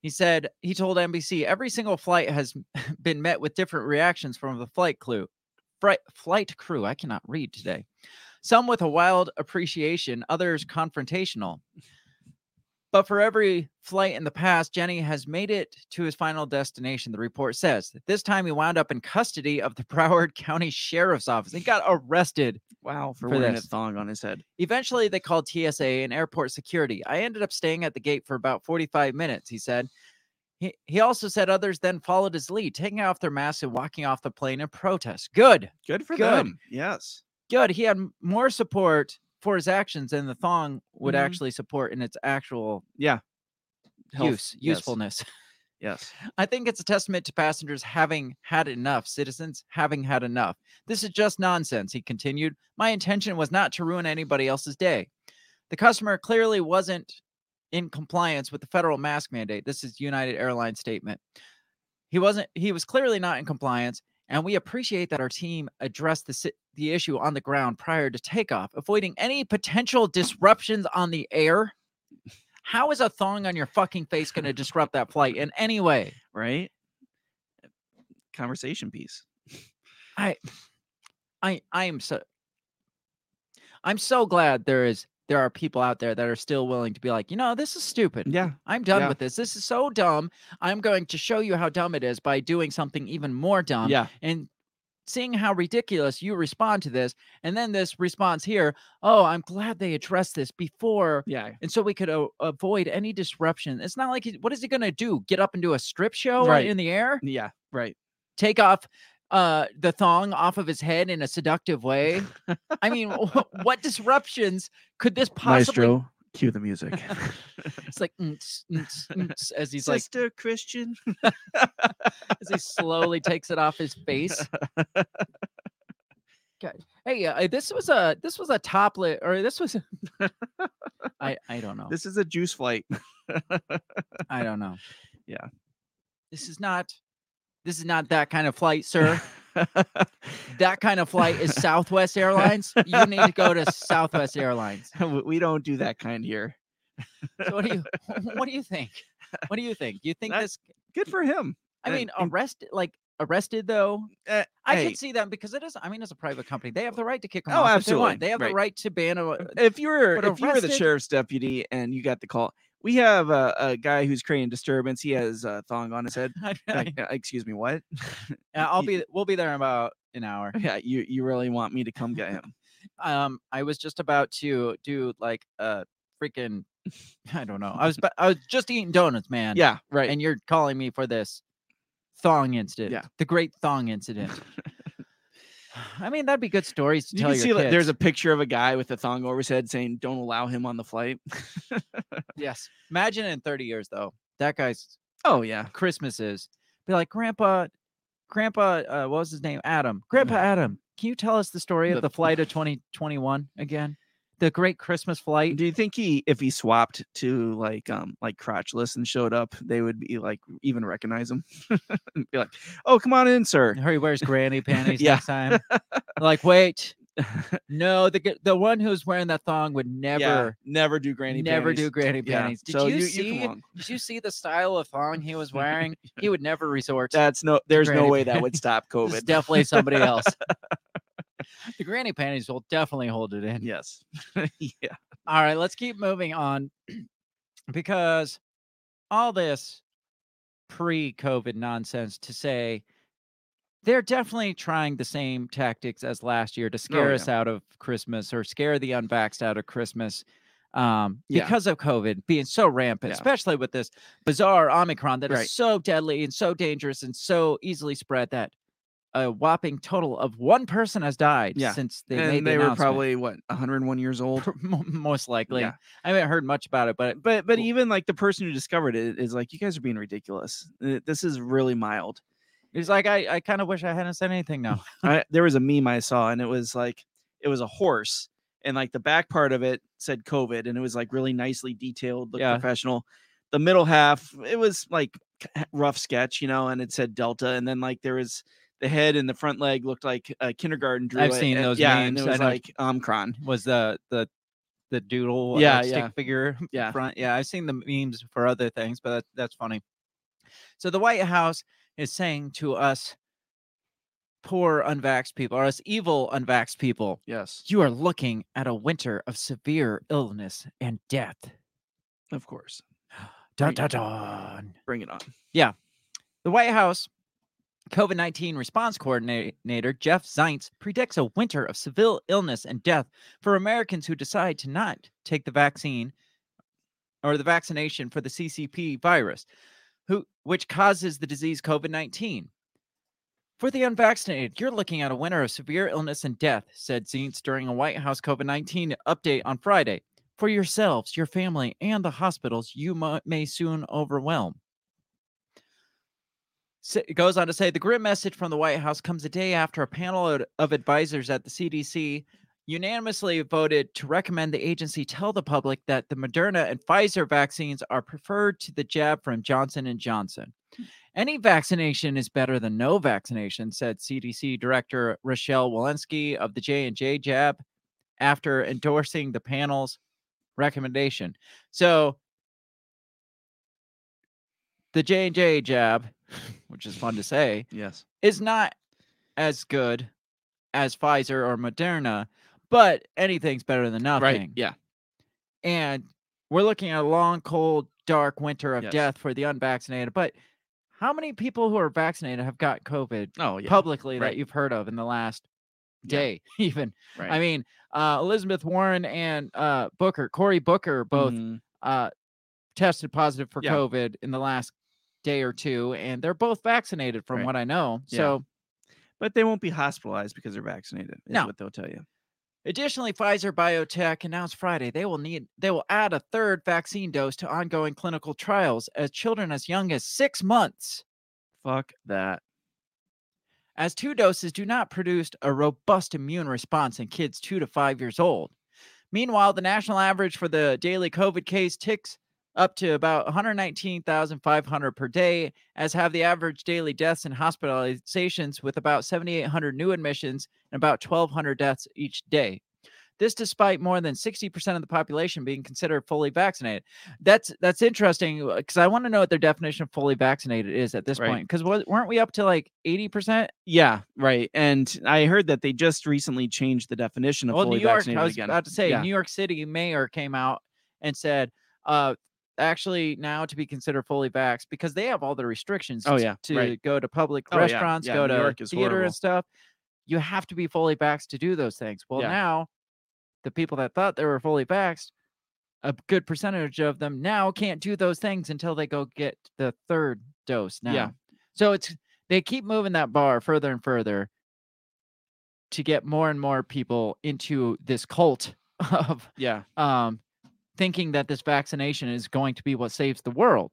Speaker 1: He said he told NBC every single flight has been met with different reactions from the flight crew. Fri- flight crew, I cannot read today. Some with a wild appreciation, others confrontational. But for every flight in the past, Jenny has made it to his final destination, the report says. This time he wound up in custody of the Broward County Sheriff's Office and got arrested.
Speaker 2: Wow, for,
Speaker 1: For
Speaker 2: wearing
Speaker 1: this.
Speaker 2: a thong on his head.
Speaker 1: Eventually, they called TSA and airport security. I ended up staying at the gate for about 45 minutes, he said. He, he also said others then followed his lead, taking off their masks and walking off the plane in protest. Good,
Speaker 2: Good for
Speaker 1: Good.
Speaker 2: them. Yes.
Speaker 1: good. He had m- more support for his actions than the thong would
Speaker 2: Mhm.
Speaker 1: actually support in its actual
Speaker 2: Health,
Speaker 1: use,
Speaker 2: yes,
Speaker 1: usefulness.
Speaker 2: Yes.
Speaker 1: I think it's a testament to passengers having had enough, citizens having had enough. This is just nonsense, he continued. My intention was not to ruin anybody else's day. The customer clearly wasn't in compliance with the federal mask mandate. This is United Airlines statement. He wasn't he was clearly not in compliance and we appreciate that our team addressed the si- the issue on the ground prior to takeoff, avoiding any potential disruptions on the air. How is a thong on your fucking face going to disrupt that flight in any way?
Speaker 2: Right. Conversation piece.
Speaker 1: I I am so I'm so glad there is there are people out there that are still willing to be like, you know, this is stupid.
Speaker 2: Yeah.
Speaker 1: I'm done
Speaker 2: yeah.
Speaker 1: with this. This is so dumb. I'm going to show you how dumb it is by doing something even more dumb
Speaker 2: yeah.
Speaker 1: and seeing how ridiculous you respond to this. And then this response here, oh, I'm glad they addressed this before
Speaker 2: Yeah.
Speaker 1: and so we could a- avoid any disruption. It's not like he, what is he going to do? Get up and do a strip show
Speaker 2: Right.
Speaker 1: in the air?
Speaker 2: Yeah. Right.
Speaker 1: take off uh the thong off of his head in a seductive way i mean wh- what disruptions could this possibly
Speaker 2: Maestro, cue the music.
Speaker 1: it's like "Mm-ts, mm-ts, mm-ts," as he's like
Speaker 2: Sister Christian.
Speaker 1: as he slowly takes it off his face God. hey uh, this was a this was a toplet or this was a- i i don't know
Speaker 2: This is a juice flight.
Speaker 1: i don't know
Speaker 2: Yeah.
Speaker 1: this is not this is not that kind of flight sir that kind of flight is southwest airlines you need to go to southwest airlines
Speaker 2: We- we don't do that kind here.
Speaker 1: So what do you what do you think? What do you think? Do you think
Speaker 2: That-
Speaker 1: this
Speaker 2: Good for him.
Speaker 1: I
Speaker 2: and-
Speaker 1: mean
Speaker 2: and-
Speaker 1: arrested like arrested though?
Speaker 2: Uh,
Speaker 1: I
Speaker 2: hey,
Speaker 1: can see them because it is I mean it's a private company. They have the right to kick them
Speaker 2: Oh,
Speaker 1: off if they want.
Speaker 2: absolutely,
Speaker 1: They have
Speaker 2: right.
Speaker 1: the right to ban a
Speaker 2: if you were
Speaker 1: but
Speaker 2: if you were the
Speaker 1: arrested-
Speaker 2: sheriff's deputy and you got the call, we have a, a guy who's creating disturbance. He has a thong on his head. Like, uh, excuse me, what?
Speaker 1: I'll
Speaker 2: you-
Speaker 1: be we'll be there in about an hour.
Speaker 2: yeah, you you really want me to come get him?
Speaker 1: Um I was just about to do like a freaking I don't know. I was ba- I was just eating donuts, man.
Speaker 2: Yeah, right.
Speaker 1: And you're calling me for this thong incident.
Speaker 2: Yeah.
Speaker 1: The great thong incident. I mean, that'd be good stories to
Speaker 2: you
Speaker 1: tell
Speaker 2: can
Speaker 1: your
Speaker 2: see like,
Speaker 1: kids.
Speaker 2: there's a picture of a guy with a thong over his head saying, "Don't allow him on the flight."
Speaker 1: Yes. Imagine in 30 years though, that guy's
Speaker 2: oh yeah,
Speaker 1: Christmases be like, Grandpa, Grandpa, uh, what was his name? Adam. Grandpa Adam, can you tell us the story
Speaker 2: Mm. The-
Speaker 1: of the flight of 2021 again? The great Christmas flight.
Speaker 2: Do you think he, if he swapped to like um like crotchless and showed up, they would be like even recognize him? And be like, oh, come on in, sir.
Speaker 1: Her, he wears granny panties
Speaker 2: Yeah.
Speaker 1: next time. They're like, wait, no, the g- the one who's wearing that thong would never,
Speaker 2: Yeah, never do granny.
Speaker 1: never
Speaker 2: panties.
Speaker 1: do granny
Speaker 2: Yeah,
Speaker 1: panties. Did
Speaker 2: so
Speaker 1: you,
Speaker 2: you come
Speaker 1: see?
Speaker 2: along.
Speaker 1: did you see the style of thong he was wearing? he would never resort. to
Speaker 2: That's no. There's no
Speaker 1: granny
Speaker 2: way that would stop
Speaker 1: This is
Speaker 2: COVID.
Speaker 1: definitely somebody else. the granny panties will definitely hold it in.
Speaker 2: yes. yeah.
Speaker 1: All right, let's keep moving on because all this pre COVID nonsense to say they're definitely trying the same tactics as last year to scare
Speaker 2: Oh, yeah.
Speaker 1: us out of Christmas or scare the unvaxxed out of Christmas um,
Speaker 2: Yeah.
Speaker 1: because of COVID being so rampant,
Speaker 2: Yeah.
Speaker 1: especially with this bizarre Omicron that is
Speaker 2: Right.
Speaker 1: so deadly and so dangerous and so easily spread that a whopping total of one person has died
Speaker 2: Yeah.
Speaker 1: since they made
Speaker 2: and
Speaker 1: the
Speaker 2: they were
Speaker 1: announcement.
Speaker 2: probably what 101 years old.
Speaker 1: Pro- mo- most likely.
Speaker 2: Yeah.
Speaker 1: I haven't heard much about it, but
Speaker 2: But but
Speaker 1: Well-
Speaker 2: even like the person who discovered it is like, you guys are being ridiculous. Uh, This is really mild.
Speaker 1: it's like I, I kind of wish I hadn't said anything now.
Speaker 2: I, there was a meme I saw, and it was like it was a horse, and like the back part of it said COVID, and it was like really nicely detailed, looked
Speaker 1: Yeah.
Speaker 2: professional. The middle half, it was like k- rough sketch, you know, and it said Delta, and then like there was the head and the front leg looked like a kindergarten drew.
Speaker 1: I've
Speaker 2: it,
Speaker 1: seen
Speaker 2: and-
Speaker 1: those
Speaker 2: yeah,
Speaker 1: memes,
Speaker 2: and
Speaker 1: I
Speaker 2: it was
Speaker 1: know.
Speaker 2: like Omicron.
Speaker 1: Was the the the doodle uh,
Speaker 2: Yeah,
Speaker 1: stick
Speaker 2: yeah.
Speaker 1: figure up
Speaker 2: Yeah.
Speaker 1: front? Yeah, I've seen the memes for other things, but that, that's funny. So the White House is saying to us poor unvaxxed people or us evil unvaxxed people,
Speaker 2: Yes.
Speaker 1: you are looking at a winter of severe illness and death.
Speaker 2: Of course.
Speaker 1: Dun, dun, dun.
Speaker 2: Bring it on.
Speaker 1: The White House COVID 19 response coordinator Jeff Zients predicts a winter of severe illness and death for Americans who decide to not take the vaccine or the vaccination for the CCP virus, who, which causes the disease COVID 19. For the unvaccinated, you're looking at a winter of severe illness and death, said Zients during a White House COVID 19 update on Friday. For yourselves, your family, and the hospitals you mu- may soon overwhelm. S- It goes on to say the grim message from the White House comes a day after a panel od- of advisors at the CDC unanimously voted to recommend the agency tell the public that the Moderna and Pfizer vaccines are preferred to the jab from Johnson and Johnson. Any vaccination is better than no vaccination, said CDC Director Rochelle Walensky of the J&J jab after endorsing the panel's recommendation. So the J&J jab, which is fun to say,
Speaker 2: Yes.
Speaker 1: is not as good as Pfizer or Moderna, but anything's better than nothing.
Speaker 2: Ah, Right. Yeah.
Speaker 1: And we're looking at a long, cold, dark winter of
Speaker 2: Yes.
Speaker 1: death for the unvaccinated. But how many people who are vaccinated have got COVID
Speaker 2: Oh yeah.
Speaker 1: publicly that
Speaker 2: right.
Speaker 1: you've heard of in the last
Speaker 2: Yeah,
Speaker 1: day, even?
Speaker 2: Right.
Speaker 1: I mean, uh, Elizabeth Warren and uh, Booker, Cory Booker, both
Speaker 2: Mhm.
Speaker 1: uh, tested positive for
Speaker 2: Yeah.
Speaker 1: COVID in the last day or two, and they're both vaccinated from
Speaker 2: Right.
Speaker 1: what I know.
Speaker 2: Yeah.
Speaker 1: So
Speaker 2: But they won't be hospitalized because they're vaccinated. Is
Speaker 1: No.
Speaker 2: what they'll tell you.
Speaker 1: Additionally, Pfizer Biotech announced Friday they will need they will add a third vaccine dose to ongoing clinical trials as children as young as 6 months
Speaker 2: Fuck that.
Speaker 1: as two doses do not produce a robust immune response in kids 2 to 5 years old. Meanwhile, the national average for the daily COVID case ticks up to about 119,500 per day, as have the average daily deaths and hospitalizations, with about 7,800 new admissions and about 1,200 deaths each day. This, despite more than 60% of the population being considered fully vaccinated. That's that's interesting because I want to know what their definition of fully vaccinated is at this
Speaker 2: Right.
Speaker 1: point. Because weren't we up to like 80%?
Speaker 2: Yeah. Right. And I heard that they just recently changed the definition of
Speaker 1: well,
Speaker 2: fully
Speaker 1: New York,
Speaker 2: vaccinated
Speaker 1: I was
Speaker 2: again.
Speaker 1: about to say,
Speaker 2: Yeah.
Speaker 1: New York City mayor came out and said, uh, actually, now to be considered fully vaxxed because they have all the restrictions.
Speaker 2: Oh,
Speaker 1: t-
Speaker 2: yeah,
Speaker 1: to
Speaker 2: right.
Speaker 1: go to public
Speaker 2: Oh, yeah,
Speaker 1: restaurants,
Speaker 2: yeah,
Speaker 1: go
Speaker 2: New
Speaker 1: to
Speaker 2: York is
Speaker 1: theater
Speaker 2: horrible.
Speaker 1: and stuff. You have to be fully vaxxed to do those things. Well,
Speaker 2: Yeah.
Speaker 1: now the people that thought they were fully vaxxed, a good percentage of them now can't do those things until they go get the third dose. Now,
Speaker 2: Yeah.
Speaker 1: so it's they keep moving that bar further and further to get more and more people into this cult of
Speaker 2: Yeah.
Speaker 1: um, thinking that this vaccination is going to be what saves the world.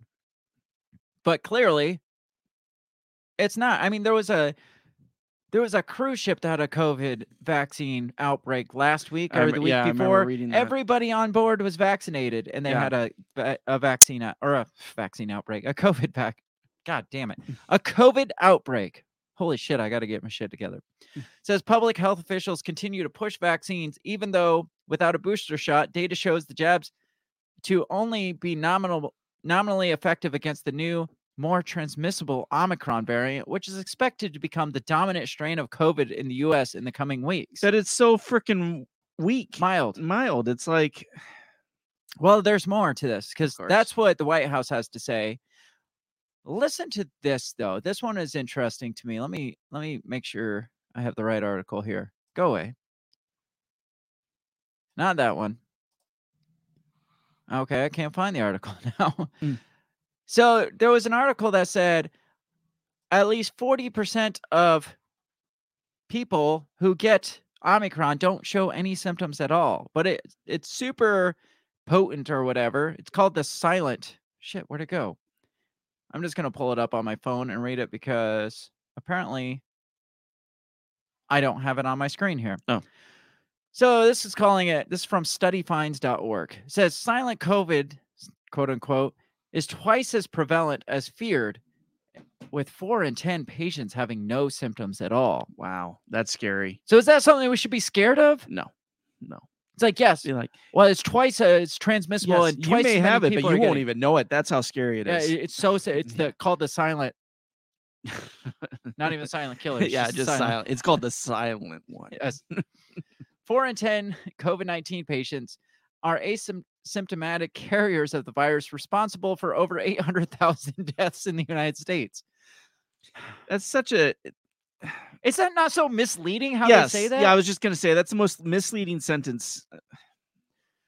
Speaker 1: But clearly, it's not. I mean, there was a there was a cruise ship that had a COVID vaccine outbreak last week
Speaker 2: I
Speaker 1: or
Speaker 2: remem-
Speaker 1: the week
Speaker 2: yeah, I remember
Speaker 1: before.
Speaker 2: reading that.
Speaker 1: Everybody on board was vaccinated, and they
Speaker 2: Yeah.
Speaker 1: had a va- a vaccine out, or a vaccine outbreak, a COVID back. God damn it, a COVID outbreak. Holy shit, I got to get my shit together. Says public health officials continue to push vaccines, even though without a booster shot, data shows the jabs to only be nominal, nominally effective against the new, more transmissible Omicron variant, which is expected to become the dominant strain of COVID in the US in the coming weeks.
Speaker 2: That it's so freaking weak,
Speaker 1: Mild.
Speaker 2: mild. It's like
Speaker 1: Well, there's more to this because
Speaker 2: course.
Speaker 1: that's what the White House has to say. Listen to this though. This one is interesting to me. Let me let me make sure I have the right article here. Go away. Not that one. Okay, I can't find the article now.
Speaker 2: Mm.
Speaker 1: So there was an article that said at least 40% of people who get Omicron don't show any symptoms at all. But it it's super potent or whatever. It's called the silent shit. Where'd it go? I'm just gonna pull it up on my phone and read it because apparently I don't have it on my screen here.
Speaker 2: Oh.
Speaker 1: So this is calling it this is from studyfinds.org. It says silent COVID, s- quote unquote, is twice as prevalent as feared, with four in ten patients having no symptoms at all.
Speaker 2: wow, that's scary.
Speaker 1: So is that something we should be scared of?
Speaker 2: No, no.
Speaker 1: It's like yes.
Speaker 2: Be like
Speaker 1: Well, it's twice uh, it's transmissible
Speaker 2: yes,
Speaker 1: and twice
Speaker 2: you may
Speaker 1: as many
Speaker 2: have it, but you
Speaker 1: people are
Speaker 2: won't
Speaker 1: getting-
Speaker 2: even know it. That's how scary it
Speaker 1: Yeah,
Speaker 2: is. Mm-hmm.
Speaker 1: it- it's so si- it's the called the silent, not even silent killer. it's
Speaker 2: yeah, just
Speaker 1: the
Speaker 2: silent. It's called the silent one.
Speaker 1: Yes. Four in 10 COVID 19 patients are asym- symptomatic carriers of the virus responsible for over 800,000 deaths in the United States.
Speaker 2: That's such a
Speaker 1: Is that not so misleading how
Speaker 2: yes.
Speaker 1: they say that?
Speaker 2: Yeah, I was just gonna say that's the most misleading sentence. uh,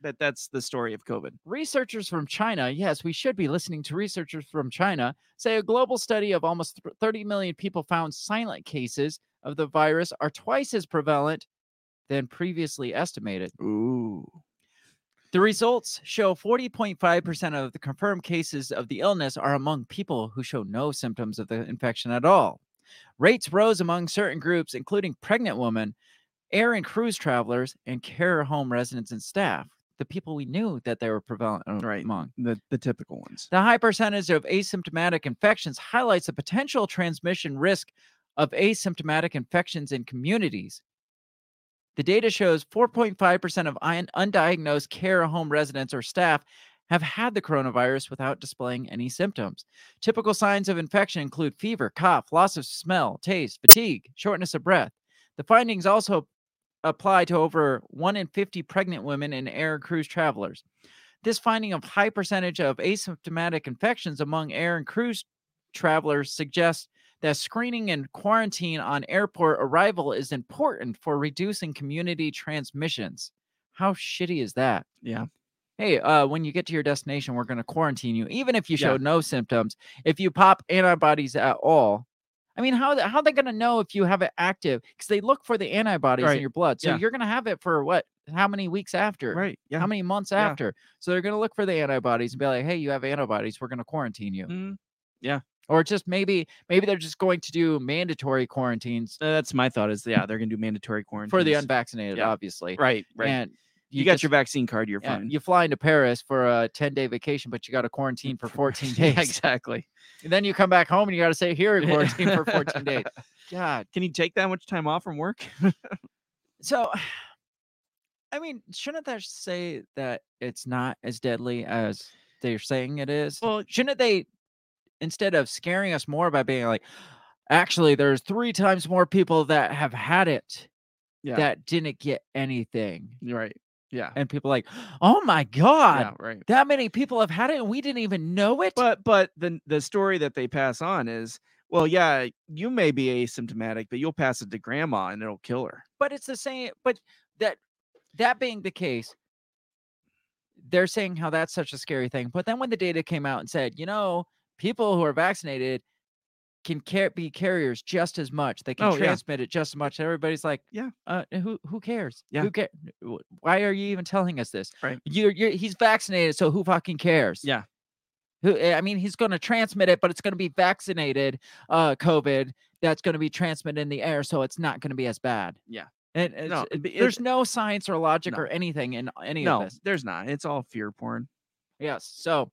Speaker 2: That that's the story of COVID.
Speaker 1: researchers from China, yes, we should be listening to researchers from China, say a global study of almost th- 30 million people found silent cases of the virus are twice as prevalent than previously estimated.
Speaker 2: Ooh.
Speaker 1: The results show 40.5% of the confirmed cases of the illness are among people who show no symptoms of the infection at all. Rates rose among certain groups, including pregnant women, air and cruise travelers, and care home residents and staff, the people we knew that they were prevalent a-
Speaker 2: Right.
Speaker 1: among.
Speaker 2: The the typical ones.
Speaker 1: The high percentage of asymptomatic infections highlights the potential transmission risk of asymptomatic infections in communities. The data shows 4.5% of un- undiagnosed care home residents or staff have had the coronavirus without displaying any symptoms. Typical signs of infection include fever, cough, loss of smell, taste, fatigue, shortness of breath. The findings also apply to over 1 in 50 pregnant women and air cruise travelers. This finding of high percentage of asymptomatic infections among air and cruise travelers suggests that screening and quarantine on airport arrival is important for reducing community transmissions. How shitty is that?
Speaker 2: Yeah.
Speaker 1: Hey, uh, when you get to your destination, we're going to quarantine you, even if you
Speaker 2: Yeah.
Speaker 1: show no symptoms. If you pop antibodies at all, I mean, how the- how are they going to know if you have it active? Because they look for the antibodies
Speaker 2: Right.
Speaker 1: in your blood. So
Speaker 2: Yeah.
Speaker 1: you're going to have it for what? How many weeks after?
Speaker 2: Right. Yeah.
Speaker 1: how many months
Speaker 2: Yeah.
Speaker 1: after? So they're going to look for the antibodies and be like, "Hey, you have antibodies. We're going to quarantine you."
Speaker 2: Mm,
Speaker 1: Or just maybe maybe they're just going to do mandatory quarantines
Speaker 2: uh, that's my thought is yeah, they're gonna do mandatory quarantine.
Speaker 1: for the unvaccinated,
Speaker 2: Yeah.
Speaker 1: obviously.
Speaker 2: Right, right.
Speaker 1: And
Speaker 2: you, got
Speaker 1: just-
Speaker 2: your vaccine card, you're
Speaker 1: yeah,
Speaker 2: fine.
Speaker 1: You fly into Paris for a 10-day vacation, but you got to quarantine for 14
Speaker 2: Yeah,
Speaker 1: days.
Speaker 2: exactly.
Speaker 1: And then you come back home and you got to say, "Here, quarantine for 14 days." God.
Speaker 2: Can you take that much time off from work?
Speaker 1: So, I mean, shouldn't that say that it's not as deadly as they're saying it is?
Speaker 2: Well,
Speaker 1: shouldn't they, instead of scaring us more by being like, actually, there's three times more people that have had it
Speaker 2: Yeah.
Speaker 1: that didn't get anything,
Speaker 2: right. Yeah.
Speaker 1: and people are like, oh my god,
Speaker 2: yeah, right.
Speaker 1: that many people have had it and we didn't even know it.
Speaker 2: But but the the story that they pass on is, well, yeah, you may be asymptomatic, but you'll pass it to grandma and it'll kill her.
Speaker 1: but it's the same but that that being the case they're saying how that's such a scary thing but then when the data came out and said you know people who are vaccinated can car- be carriers just as much they can
Speaker 2: Oh, yeah.
Speaker 1: transmit it just as much everybody's like
Speaker 2: Yeah.
Speaker 1: uh, who who cares
Speaker 2: Yeah.
Speaker 1: who care why are you even telling us this
Speaker 2: Right.
Speaker 1: you're, you're he's vaccinated so who fucking cares
Speaker 2: Yeah.
Speaker 1: who eh, i mean he's going to transmit it but it's going to be vaccinated uh covid that's going to be transmitted in the air so it's not going to be as bad
Speaker 2: Yeah.
Speaker 1: and eh, it's,
Speaker 2: No,
Speaker 1: it-
Speaker 2: but it-
Speaker 1: there's no science or logic
Speaker 2: No.
Speaker 1: or anything in any of
Speaker 2: No,
Speaker 1: this
Speaker 2: there's not. It's all fear porn.
Speaker 1: yes so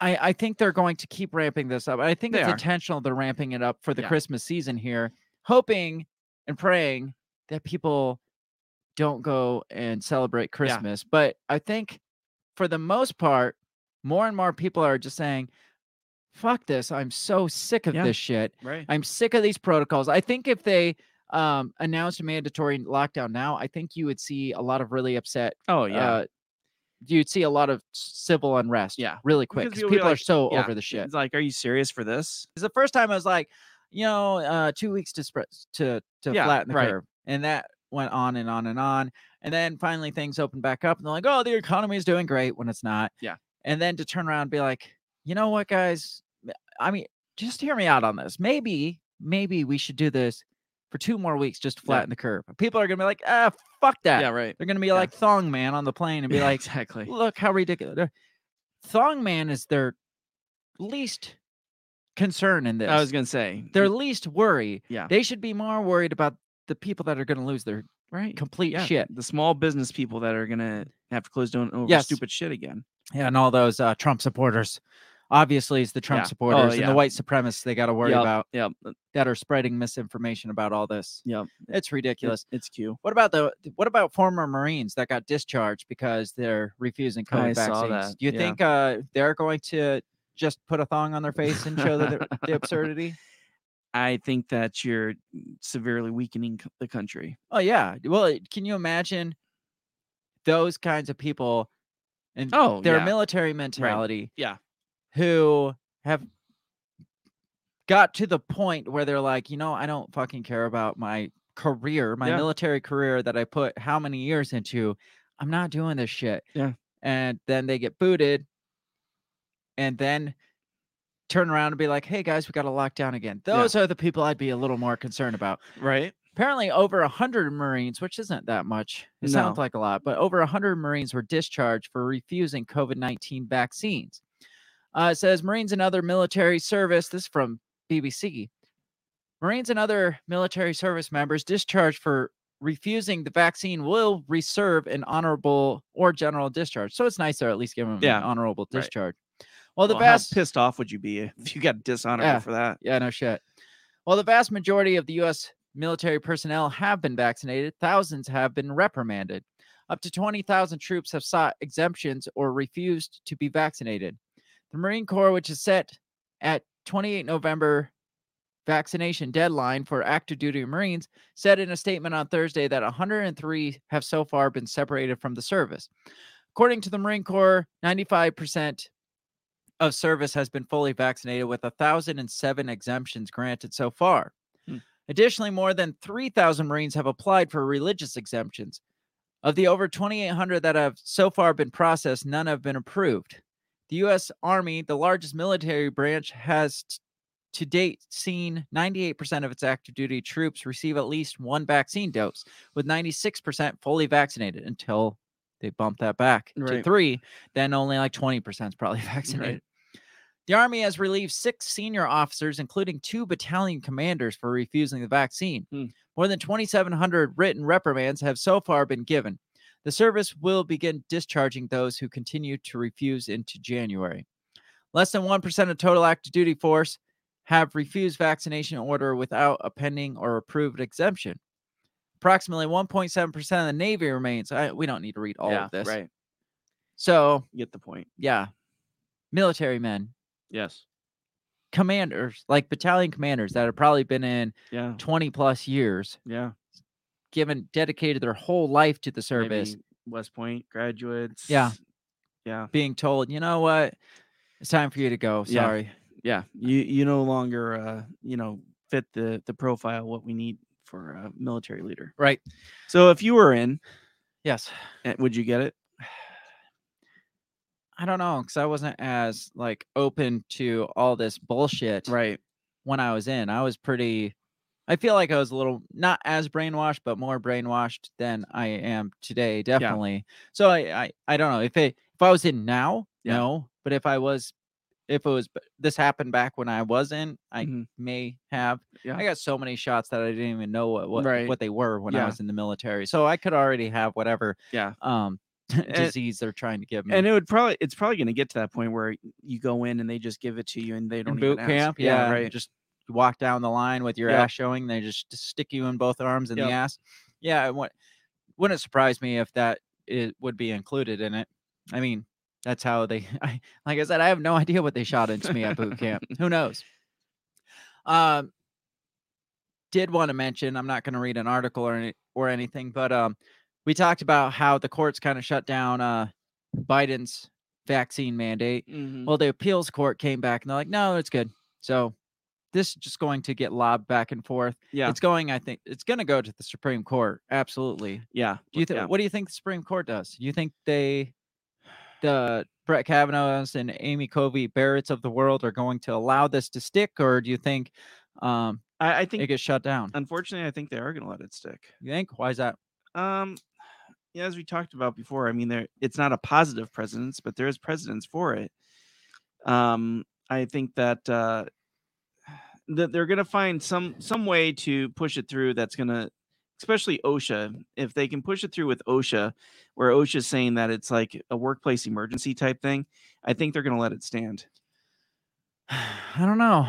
Speaker 1: i i think they're going to keep ramping this up i think
Speaker 2: They
Speaker 1: it's
Speaker 2: are.
Speaker 1: intentional they're ramping it up for the
Speaker 2: Yeah.
Speaker 1: christmas season here hoping and praying that people don't go and celebrate christmas but i think for the most part more and more people are just saying fuck this i'm so sick of
Speaker 2: Yeah.
Speaker 1: this shit
Speaker 2: Right.
Speaker 1: I'm sick of these protocols. I think if they um, announced a mandatory lockdown now, I think you would see a lot of really upset.
Speaker 2: Oh yeah.
Speaker 1: Uh, you'd see a lot of civil unrest.
Speaker 2: Yeah.
Speaker 1: really quick
Speaker 2: Because
Speaker 1: because
Speaker 2: you'll be
Speaker 1: people are
Speaker 2: like,
Speaker 1: so
Speaker 2: yeah,
Speaker 1: over the shit.
Speaker 2: It's like, are you serious for this?
Speaker 1: Because the first time I was like, you know, uh, two weeks to spread to to
Speaker 2: Yeah,
Speaker 1: flatten the
Speaker 2: right.
Speaker 1: curve, and that went on and on and on. And then finally things opened back up, and they're like, oh, the economy is doing great when it's not.
Speaker 2: Yeah.
Speaker 1: And then to turn around and be like, you know what, guys? M- I mean, just hear me out on this. Maybe, maybe we should do this for two more weeks just to
Speaker 2: Yeah.
Speaker 1: flatten the curve. People are gonna be like, ah, fuck that.
Speaker 2: right.
Speaker 1: They're gonna be
Speaker 2: yeah.
Speaker 1: like Thong Man on the plane and be
Speaker 2: Yeah,
Speaker 1: like,
Speaker 2: exactly.
Speaker 1: look how ridiculous. they're- Thong Man is their least concern in this.
Speaker 2: I was gonna say
Speaker 1: their least worry.
Speaker 2: Yeah.
Speaker 1: They should be more worried about the people that are going to lose their
Speaker 2: right.
Speaker 1: complete
Speaker 2: Yeah,
Speaker 1: shit.
Speaker 2: The small business people that are gonna have to close down over
Speaker 1: Yes.
Speaker 2: stupid shit again.
Speaker 1: Yeah, and all those uh, Trump supporters. Obviously, it's the Trump
Speaker 2: Yeah. Oh,
Speaker 1: supporters and
Speaker 2: yeah.
Speaker 1: the white supremacists they got to worry
Speaker 2: Yep,
Speaker 1: about
Speaker 2: Yep.
Speaker 1: that are spreading misinformation about all this.
Speaker 2: Yep. It-
Speaker 1: It's ridiculous.
Speaker 2: it's Q.
Speaker 1: What about the what about former Marines that got discharged because they're refusing COVID
Speaker 2: I
Speaker 1: vaccines?
Speaker 2: saw that,
Speaker 1: Do you
Speaker 2: yeah.
Speaker 1: think uh, they're going to just put a thong on their face and show the, the absurdity?
Speaker 2: I think that you're severely weakening c- the country.
Speaker 1: Oh yeah. Well, can you imagine those kinds of people and
Speaker 2: Oh,
Speaker 1: their
Speaker 2: yeah.
Speaker 1: military mentality
Speaker 2: Yeah.
Speaker 1: who have got to the point where they're like you know i don't fucking care about my career my
Speaker 2: Yeah.
Speaker 1: military career that i put how many years into i'm not doing this shit
Speaker 2: Yeah.
Speaker 1: and then they get booted and then turn around and be like hey guys we got to lock down again
Speaker 2: Yeah.
Speaker 1: those are the people i'd be a little more concerned about
Speaker 2: Right.
Speaker 1: apparently over 100 marines which isn't that much it sounds
Speaker 2: No.
Speaker 1: like a lot but over 100 marines were discharged for refusing covid-19 vaccines uh, it says marines and other military service this is from bbc marines and other military service members discharged for refusing the vaccine will reserve an honorable or general discharge so it's nice they're at least giving them
Speaker 2: Yeah,
Speaker 1: an honorable
Speaker 2: right.
Speaker 1: discharge well the
Speaker 2: Well,
Speaker 1: vast
Speaker 2: how pissed off would you be if you got dishonorable
Speaker 1: Yeah.
Speaker 2: for that?
Speaker 1: yeah, no shit. While the vast majority of the U.S. military personnel have been vaccinated, thousands have been reprimanded. Up to 20,000 troops have sought exemptions or refused to be vaccinated. The Marine Corps, which is set at 28 November vaccination deadline for active duty Marines, said in a statement on Thursday that 103 have so far been separated from the service. According to the Marine Corps, 95% of service has been fully vaccinated with 1,007 exemptions granted so far.
Speaker 2: Hmm.
Speaker 1: Additionally, more than 3,000 Marines have applied for religious exemptions. Of the over 2,800 that have so far been processed, none have been approved. The U.S. Army, the largest military branch, has t- to date seen 98% of its active duty troops receive at least one vaccine dose, with 96% fully vaccinated until they bump that back to
Speaker 2: Right.
Speaker 1: three. Then only like 20% is probably vaccinated. The Army has relieved six senior officers, including two battalion commanders, for refusing the vaccine.
Speaker 2: Hmm.
Speaker 1: More than 2,700 written reprimands have so far been given. The service will begin discharging those who continue to refuse into January. Less than 1% of total active duty force have refused vaccination order without a pending or approved exemption. Approximately 1.7% of the Navy remains. I, we don't need to read all
Speaker 2: yeah,
Speaker 1: of this.
Speaker 2: Right.
Speaker 1: So,
Speaker 2: Get the point.
Speaker 1: yeah, military men,
Speaker 2: Yes.
Speaker 1: commanders, like battalion commanders that have probably been in
Speaker 2: Yeah.
Speaker 1: 20 plus years,
Speaker 2: Yeah.
Speaker 1: given dedicated their whole life to the service,
Speaker 2: Maybe West Point graduates.
Speaker 1: Yeah.
Speaker 2: Yeah.
Speaker 1: being told, you know what, it's time for you to go.
Speaker 2: Yeah.
Speaker 1: Sorry.
Speaker 2: Yeah. You you no longer uh you know fit the the profile what we need for a military leader.
Speaker 1: Right.
Speaker 2: So if you were in,
Speaker 1: Yes.
Speaker 2: eh, would you get it?
Speaker 1: I don't know because I wasn't as like open to all this bullshit
Speaker 2: Right.
Speaker 1: when I was in. I was pretty. I feel like I was a little not as brainwashed, but more brainwashed than I am today, definitely. So I, I, I don't know if it if I was in now,
Speaker 2: Yeah.
Speaker 1: no, but if I was, if it was b- this happened back when I was in, I
Speaker 2: Mhm.
Speaker 1: may have.
Speaker 2: Yeah.
Speaker 1: I got so many shots that I didn't even know what what,
Speaker 2: Right.
Speaker 1: what they were when I
Speaker 2: Yeah.
Speaker 1: was in the military. So I could already have whatever
Speaker 2: Yeah.
Speaker 1: um
Speaker 2: And-
Speaker 1: disease they're trying to give me.
Speaker 2: And it would probably it's probably going to get to that point where you go in and they just give it to you and they don't
Speaker 1: in boot
Speaker 2: even ask.
Speaker 1: camp. Yeah,
Speaker 2: right.
Speaker 1: Just you walk down the line with your
Speaker 2: Yep.
Speaker 1: ass showing. They just stick you in both arms and
Speaker 2: Yep.
Speaker 1: the ass. Yeah, it wou- wouldn't surprise me if that it would be included in it. I mean, that's how they. I, like I said, I have no idea what they shot into me at boot camp. Who knows? Um, did want to mention. I'm not going to read an article or any, or anything, but um, we talked about how the courts kind of shut down uh Biden's vaccine mandate.
Speaker 2: Mhm.
Speaker 1: Well, the appeals court came back and they're like, no, it's good. So this is just going to get lobbed back and forth.
Speaker 2: yeah.
Speaker 1: It's going, I think, it's going to go to the Supreme Court. Absolutely.
Speaker 2: yeah.
Speaker 1: Do you think?
Speaker 2: yeah.
Speaker 1: What do you think the Supreme Court does? Do you think they, the Brett Kavanaugh's and Amy Covey Barrett's of the world, are going to allow this to stick, or do you think um,
Speaker 2: I, I
Speaker 1: it
Speaker 2: think
Speaker 1: gets shut down?
Speaker 2: unfortunately I think they are going to let it stick.
Speaker 1: You think? Why is that?
Speaker 2: Um, yeah, as we talked about before, I mean, there it's not a positive precedence, but there is precedence for it. Um, I think that uh, that they're going to find some some way to push it through. That's going to, especially OSHA, if they can push it through with OSHA, where OSHA's saying that it's like a workplace emergency type thing. I think they're going to let it stand.
Speaker 1: I don't know.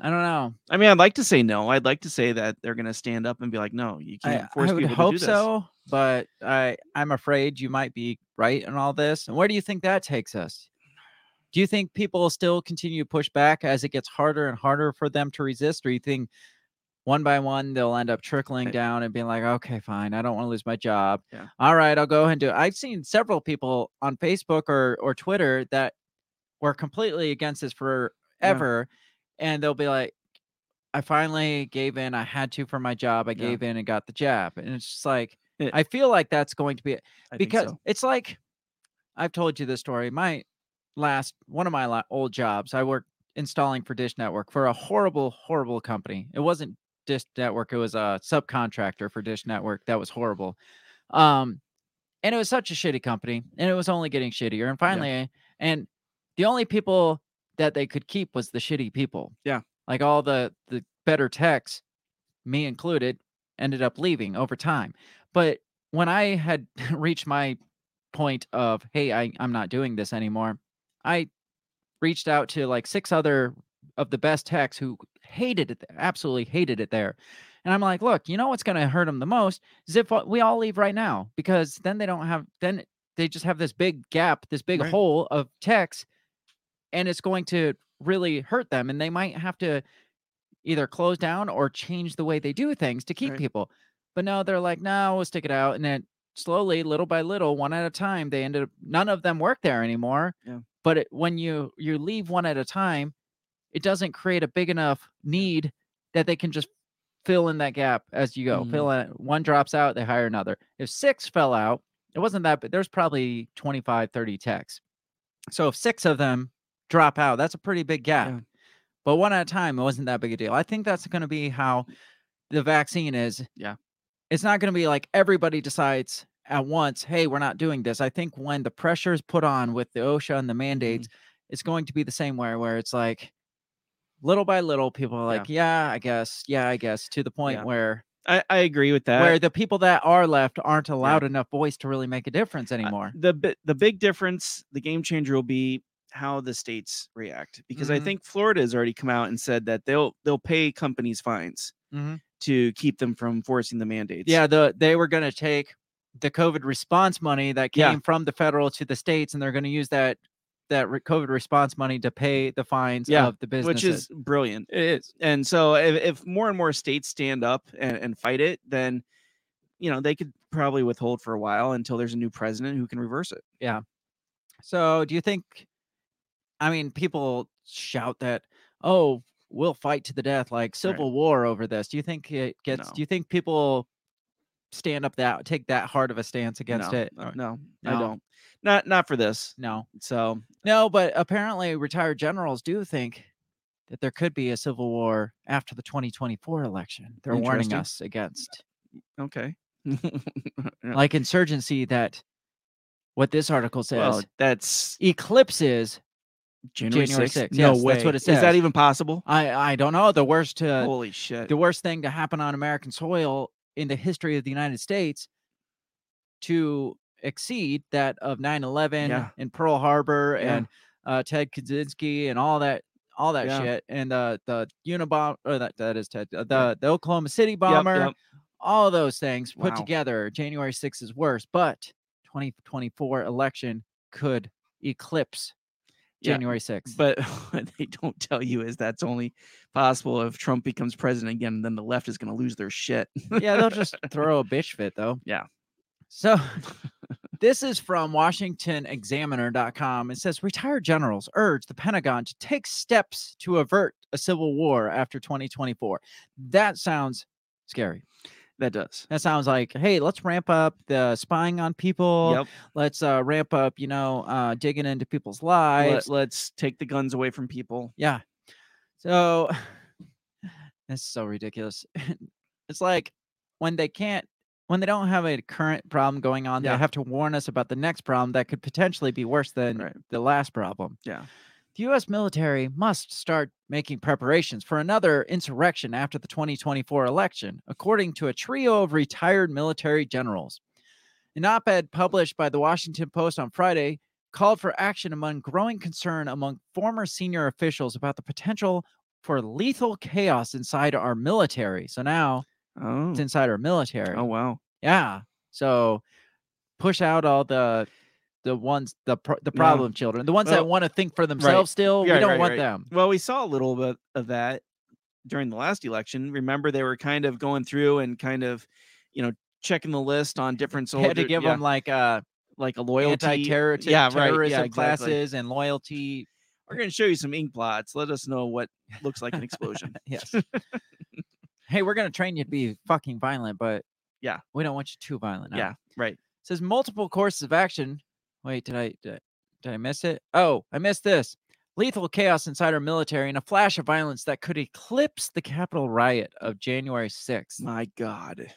Speaker 1: I don't know.
Speaker 2: I mean, I'd like to say no. I'd like to say that they're going to stand up and be like, no, you
Speaker 1: I-
Speaker 2: can't force
Speaker 1: I would
Speaker 2: people
Speaker 1: hope
Speaker 2: to do this.
Speaker 1: so, but I I'm afraid you might be right in all this. And where do you think that takes us? Do you think people will still continue to push back as it gets harder and harder for them to resist, or you think one by one they'll end up trickling down and being like okay fine i don't want to lose my job
Speaker 2: Yeah.
Speaker 1: all right i'll go and do it i've seen several people on facebook or or twitter that were completely against this forever and they'll be like i finally gave in i had to for my job i
Speaker 2: Yeah.
Speaker 1: gave in and got the job and it's just like
Speaker 2: It-
Speaker 1: i feel like that's going to be
Speaker 2: I think
Speaker 1: because
Speaker 2: so.
Speaker 1: it's like I've told you this story. My last one of my la- old jobs, I worked installing for Dish Network for a horrible, horrible company. It wasn't Dish Network; it was a subcontractor for Dish Network that was horrible. Um, and it was such a shitty company, and it was only getting shittier. And finally, and the only people that they could keep was the shitty people.
Speaker 2: Yeah.
Speaker 1: like all the the better techs, me included, ended up leaving over time. But when I had reached my point of, hey, I, I'm not doing this anymore, I reached out to like six other of the best techs who hated it, th- absolutely hated it there. And I'm like, look, you know what's going to hurt them the most is if uh, we all leave right now, because then they don't have, then they just have this big gap, this big
Speaker 2: Right.
Speaker 1: hole of techs, and it's going to really hurt them. And they might have to either close down or change the way they do things to keep
Speaker 2: Right.
Speaker 1: people. But no, they're like, no, we'll stick it out. And then slowly, little by little, one at a time, they ended up none of them work there anymore.
Speaker 2: Yeah.
Speaker 1: But it, when you you leave one at a time, it doesn't create a big enough need that they can just fill in that gap as you go.
Speaker 2: Mm.
Speaker 1: Fill in one drops out, they hire another. If six fell out, it wasn't that, but there's probably 25, 30 techs. So if six of them drop out, that's a pretty big gap.
Speaker 2: Yeah.
Speaker 1: But one at a time, it wasn't that big a deal. I think that's going to be how the vaccine is.
Speaker 2: Yeah.
Speaker 1: It's not going to be like everybody decides at once, hey, we're not doing this. I think when the pressure is put on with the OSHA
Speaker 2: Mm-hmm.
Speaker 1: and the mandates, it's going to be the same way where it's like little by little, people are
Speaker 2: Yeah.
Speaker 1: like, yeah, I guess, yeah, I guess, to the point
Speaker 2: Yeah.
Speaker 1: where
Speaker 2: I, I agree with that.
Speaker 1: where the people that are left aren't allowed enough voice to really make a difference
Speaker 2: I-
Speaker 1: anymore.
Speaker 2: the bi- the big difference, the game changer will be how the states react because I
Speaker 1: Mhm.
Speaker 2: think Florida has already come out and said that they'll they'll pay companies fines
Speaker 1: Mhm.
Speaker 2: to keep them from forcing the mandates.
Speaker 1: yeah, the they were going to take the COVID response money that came
Speaker 2: Yeah.
Speaker 1: from the federal to the states, and they're going to use that that re- COVID response money to pay the fines
Speaker 2: Yeah,
Speaker 1: of the businesses.
Speaker 2: which is brilliant.
Speaker 1: it is.
Speaker 2: And so if, if more and more states stand up and, and fight it, then you know they could probably withhold for a while until there's a new president who can reverse it.
Speaker 1: So, do you think? I mean, people shout that, "Oh, we'll fight to the death," like civil war over this. Do you think it gets?
Speaker 2: No.
Speaker 1: Do you think people stand up that take that hard of a stance against
Speaker 2: no,
Speaker 1: it?
Speaker 2: No,
Speaker 1: or-
Speaker 2: Uh, no,
Speaker 1: No.
Speaker 2: I don't. Not not for this.
Speaker 1: No,
Speaker 2: So
Speaker 1: no, but apparently retired generals do think that there could be a civil war after the 2024 election. They're warning
Speaker 2: Interesting.
Speaker 1: us against,
Speaker 2: okay. Yeah.
Speaker 1: like insurgency, that what this article says
Speaker 2: well, that's
Speaker 1: eclipses.
Speaker 2: January,
Speaker 1: January
Speaker 2: 6th?
Speaker 1: 6th,
Speaker 2: No
Speaker 1: yes,
Speaker 2: way.
Speaker 1: that's what it
Speaker 2: Is
Speaker 1: says.
Speaker 2: that even possible?
Speaker 1: I I don't know the worst uh,
Speaker 2: Holy shit.
Speaker 1: the worst thing to happen on American soil in the history of the United States to exceed that of 9/11
Speaker 2: Yeah.
Speaker 1: and Pearl Harbor
Speaker 2: Yeah.
Speaker 1: and uh, Ted Kaczynski and all that all that
Speaker 2: Yeah.
Speaker 1: shit and uh, the Unabom or that that is Ted uh, the
Speaker 2: Yeah.
Speaker 1: the Oklahoma City
Speaker 2: Yep,
Speaker 1: bomber
Speaker 2: yep.
Speaker 1: all those things put
Speaker 2: Wow.
Speaker 1: together January 6th is worse but 2024 election could eclipse
Speaker 2: Yeah,
Speaker 1: January 6th
Speaker 2: But what they don't tell you is that's only possible if Trump becomes president again, then the left is going to lose their shit.
Speaker 1: yeah, they'll just throw a bitch fit though.
Speaker 2: Yeah.
Speaker 1: So this is from WashingtonExaminer.com. It says retired generals urge the Pentagon to take steps to avert a civil war after 2024. That sounds scary.
Speaker 2: that does.
Speaker 1: That sounds like, hey, let's ramp up the spying on people.
Speaker 2: Yep.
Speaker 1: Let's uh, ramp up, you know, uh, digging into people's lives.
Speaker 2: Let, let's take the guns away from people.
Speaker 1: Yeah. So that's so ridiculous. it's like when they can't when they don't have a current problem going on,
Speaker 2: Yeah.
Speaker 1: they have to warn us about the next problem that could potentially be worse than
Speaker 2: Right.
Speaker 1: the last problem.
Speaker 2: Yeah.
Speaker 1: The US military must start making preparations for another insurrection after the 2024 election, according to a trio of retired military generals. An op ed published by the Washington Post on Friday called for action among growing concern among former senior officials about the potential for lethal chaos inside our military. So now
Speaker 2: Oh.
Speaker 1: it's inside our military.
Speaker 2: Oh, wow.
Speaker 1: Yeah. So push out all the the ones the pro- the
Speaker 2: Yeah.
Speaker 1: problem children, the ones that
Speaker 2: Well,
Speaker 1: want to think for themselves. Still,
Speaker 2: Right,
Speaker 1: we don't
Speaker 2: right,
Speaker 1: want
Speaker 2: right.
Speaker 1: them.
Speaker 2: Well, we saw a little bit of that during the last election. Remember, they were kind of going through and kind of, you know, checking the list on different
Speaker 1: They
Speaker 2: soldiers.
Speaker 1: had to give
Speaker 2: yeah,
Speaker 1: them like uh,
Speaker 2: like a loyalty
Speaker 1: anti-terror
Speaker 2: yeah, right, yeah,
Speaker 1: terrorism
Speaker 2: exactly.
Speaker 1: classes and loyalty.
Speaker 2: We're going to show you some ink plots. Let us know what looks like an explosion.
Speaker 1: Yes. hey, we're gonna train you to be fucking violent, but
Speaker 2: Yeah.
Speaker 1: we don't want you too violent. no.
Speaker 2: Yeah, right.
Speaker 1: says multiple courses of action. Wait, did I did, I- did I miss it? Oh, I missed this. Lethal chaos inside our military and a flash of violence that could eclipse the Capitol riot of January 6th.
Speaker 2: My God.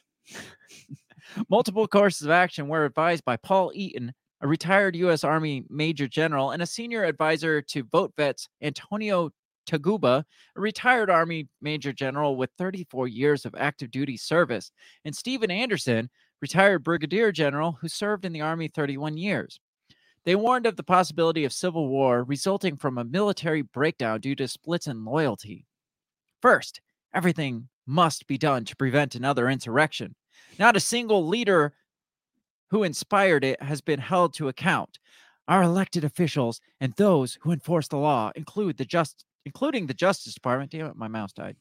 Speaker 1: Multiple courses of action were advised by Paul Eaton, a retired U.S. Army Major General and a senior advisor to vote vets Antonio Taguba, a retired Army Major General with 34 years of active duty service, and Stephen Anderson, retired Brigadier General who served in the Army 31 years. They warned of the possibility of civil war resulting from a military breakdown due to splits in loyalty. First, everything must be done to prevent another insurrection. Not a single leader who inspired it has been held to account. Our elected officials and those who enforce the law include the just including the Justice Department. Damn it, my mouse died.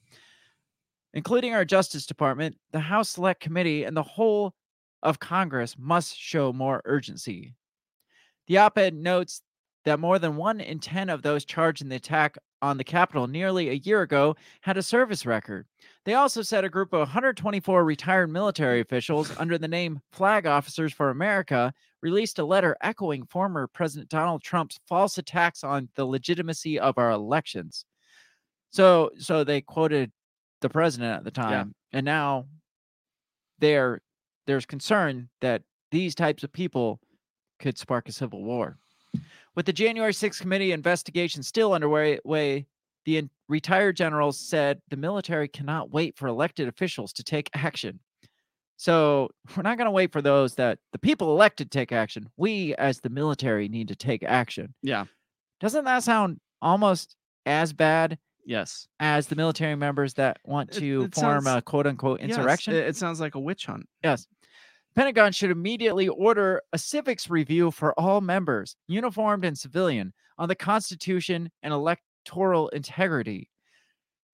Speaker 1: Including our Justice Department, the House Select Committee, and the whole of Congress must show more urgency. The op ed notes that more than one in 10 of those charged in the attack on the Capitol nearly a year ago had a service record. They also said a group of 124 retired military officials under the name Flag Officers for America released a letter echoing former President Donald Trump's false attacks on the legitimacy of our elections. So so they quoted the president at the time and now there there's concern that these types of people could spark a civil war. With the January 6th committee investigation still underway, way, the en- retired generals said the military cannot wait for elected officials to take action. So we're not going to wait for those that the people elected take action. We, as the military, need to take action.
Speaker 2: Yeah.
Speaker 1: Doesn't that sound almost as bad
Speaker 2: Yes.
Speaker 1: as the military members that want
Speaker 2: It-
Speaker 1: to
Speaker 2: it
Speaker 1: form
Speaker 2: sounds-
Speaker 1: a quote unquote
Speaker 2: Yes,
Speaker 1: insurrection?
Speaker 2: it- it sounds like a witch hunt.
Speaker 1: Yes. Pentagon should immediately order a civics review for all members, uniformed and civilian, on the Constitution and electoral integrity.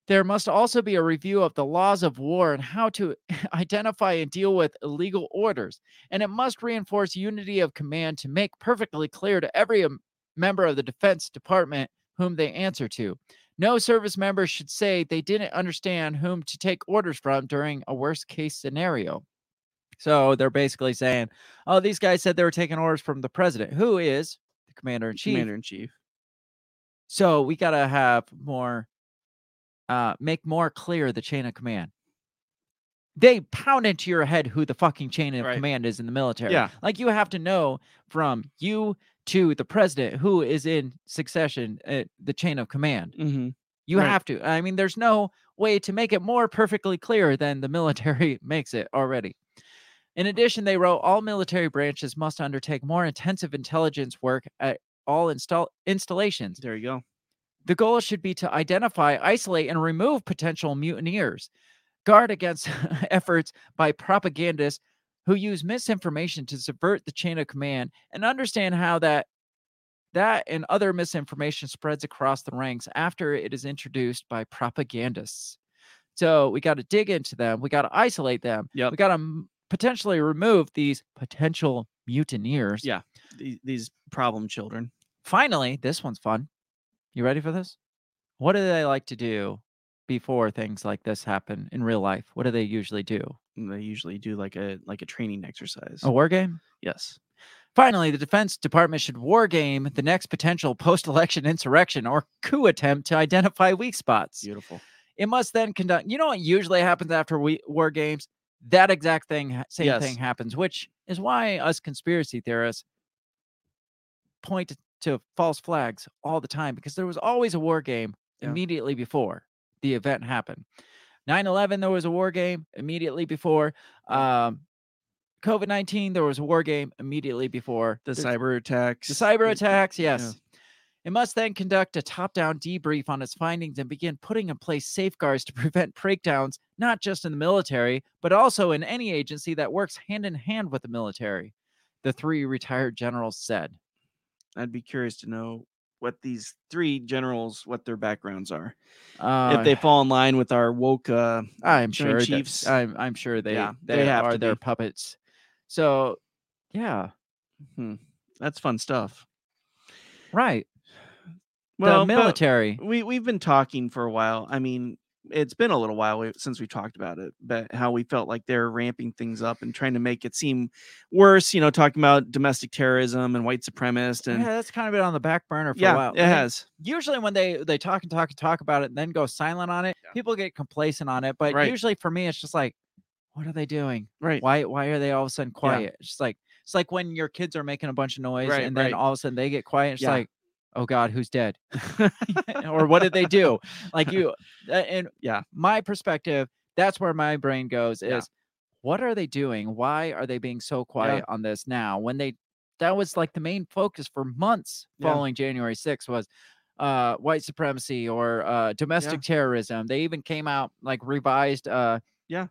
Speaker 1: There must also be a review of the laws of war and how to identify and deal with illegal orders. And it must reinforce unity of command to make perfectly clear to every um, member of the Defense Department whom they answer to. No service member should say they didn't understand whom to take orders from during a worst case scenario. So they're basically saying, oh, these guys said they were taking orders from the president, who is the commander in chief.
Speaker 2: Commander in chief.
Speaker 1: So we got to have more, uh, make more clear the chain of command. They pound into your head who the fucking chain of
Speaker 2: Right.
Speaker 1: command is in the military.
Speaker 2: Yeah.
Speaker 1: Like you have to know from you to the president who is in succession, uh, the chain of command.
Speaker 2: Mm-hmm.
Speaker 1: You
Speaker 2: Right.
Speaker 1: have to. I mean, there's no way to make it more perfectly clear than the military makes it already. In addition, they wrote all military branches must undertake more intensive intelligence work at all install installations.
Speaker 2: There you go.
Speaker 1: The goal should be to identify, isolate, and remove potential mutineers. Guard against efforts by propagandists who use misinformation to subvert the chain of command and understand how that that and other misinformation spreads across the ranks after it is introduced by propagandists. So we got to dig into them. We got to isolate them.
Speaker 2: Yep.
Speaker 1: We got to potentially remove these potential mutineers.
Speaker 2: Yeah. These, these problem children.
Speaker 1: finally, this one's fun. You ready for this? What do they like to do before things like this happen in real life? What do they usually do?
Speaker 2: And mm, They usually do like a like a training exercise.
Speaker 1: A war game?
Speaker 2: yes.
Speaker 1: Finally, the Defense Department should war game the next potential post election insurrection or coup attempt to identify weak spots.
Speaker 2: Beautiful.
Speaker 1: It must then conduct, you know what usually happens after we, war games? That exact thing, ha- same
Speaker 2: Yes.
Speaker 1: thing happens, which is why us conspiracy theorists point to false flags all the time because there was always a war game
Speaker 2: Yeah.
Speaker 1: immediately before the event happened. 9 11, there was a war game immediately before. Um, COVID 19, there was a war game immediately before.
Speaker 2: The
Speaker 1: There's-
Speaker 2: cyber attacks.
Speaker 1: the cyber
Speaker 2: the-
Speaker 1: attacks,
Speaker 2: yeah.
Speaker 1: yes. It must then conduct a top down debrief on its findings and begin putting in place safeguards to prevent breakdowns, not just in the military, but also in any agency that works hand in hand with the military, the three retired generals said.
Speaker 2: I'd be curious to know what these three generals what their backgrounds are.
Speaker 3: Uh,
Speaker 2: if they fall in line with our woke, uh,
Speaker 3: I'm
Speaker 2: Joint
Speaker 3: sure. that-
Speaker 2: Chiefs.
Speaker 3: I'm I'm sure they
Speaker 2: Yeah,
Speaker 3: they,
Speaker 2: they have
Speaker 3: are
Speaker 2: to
Speaker 3: their
Speaker 2: be.
Speaker 3: puppets. So, yeah,
Speaker 2: that's fun stuff.
Speaker 3: right. the
Speaker 2: Well, but
Speaker 3: military.
Speaker 2: we we've been talking for a while. I mean, it's been a little while we- since we talked about it, but how we felt like they're ramping things up and trying to make it seem worse. You know, talking about domestic terrorism and white supremacist and
Speaker 1: yeah, that's kind of been on the back burner for
Speaker 2: yeah,
Speaker 1: a while.
Speaker 2: it
Speaker 1: I mean,
Speaker 2: has.
Speaker 1: usually when they they talk and talk and talk about it and then go silent on it, people get complacent on it. But
Speaker 2: Right.
Speaker 1: usually for me, it's just like, what are they doing?
Speaker 2: Right.
Speaker 1: Why why are they all of a sudden quiet? It's just like it's like when your kids are making a bunch of noise
Speaker 2: Right,
Speaker 1: and then
Speaker 2: right.
Speaker 1: all of a sudden they get quiet. It's
Speaker 2: Yeah.
Speaker 1: like, oh God, who's dead? or what did they do? Like you, uh, and
Speaker 2: Yeah.
Speaker 1: my perspective, that's where my brain goes is,
Speaker 2: Yeah.
Speaker 1: what are they doing? Why are they being so quiet on this now? When they, that was like the main focus for months
Speaker 2: Yeah.
Speaker 1: following January 6th was uh, white supremacy or uh, domestic terrorism. They even came out like revised, uh,
Speaker 2: Yeah.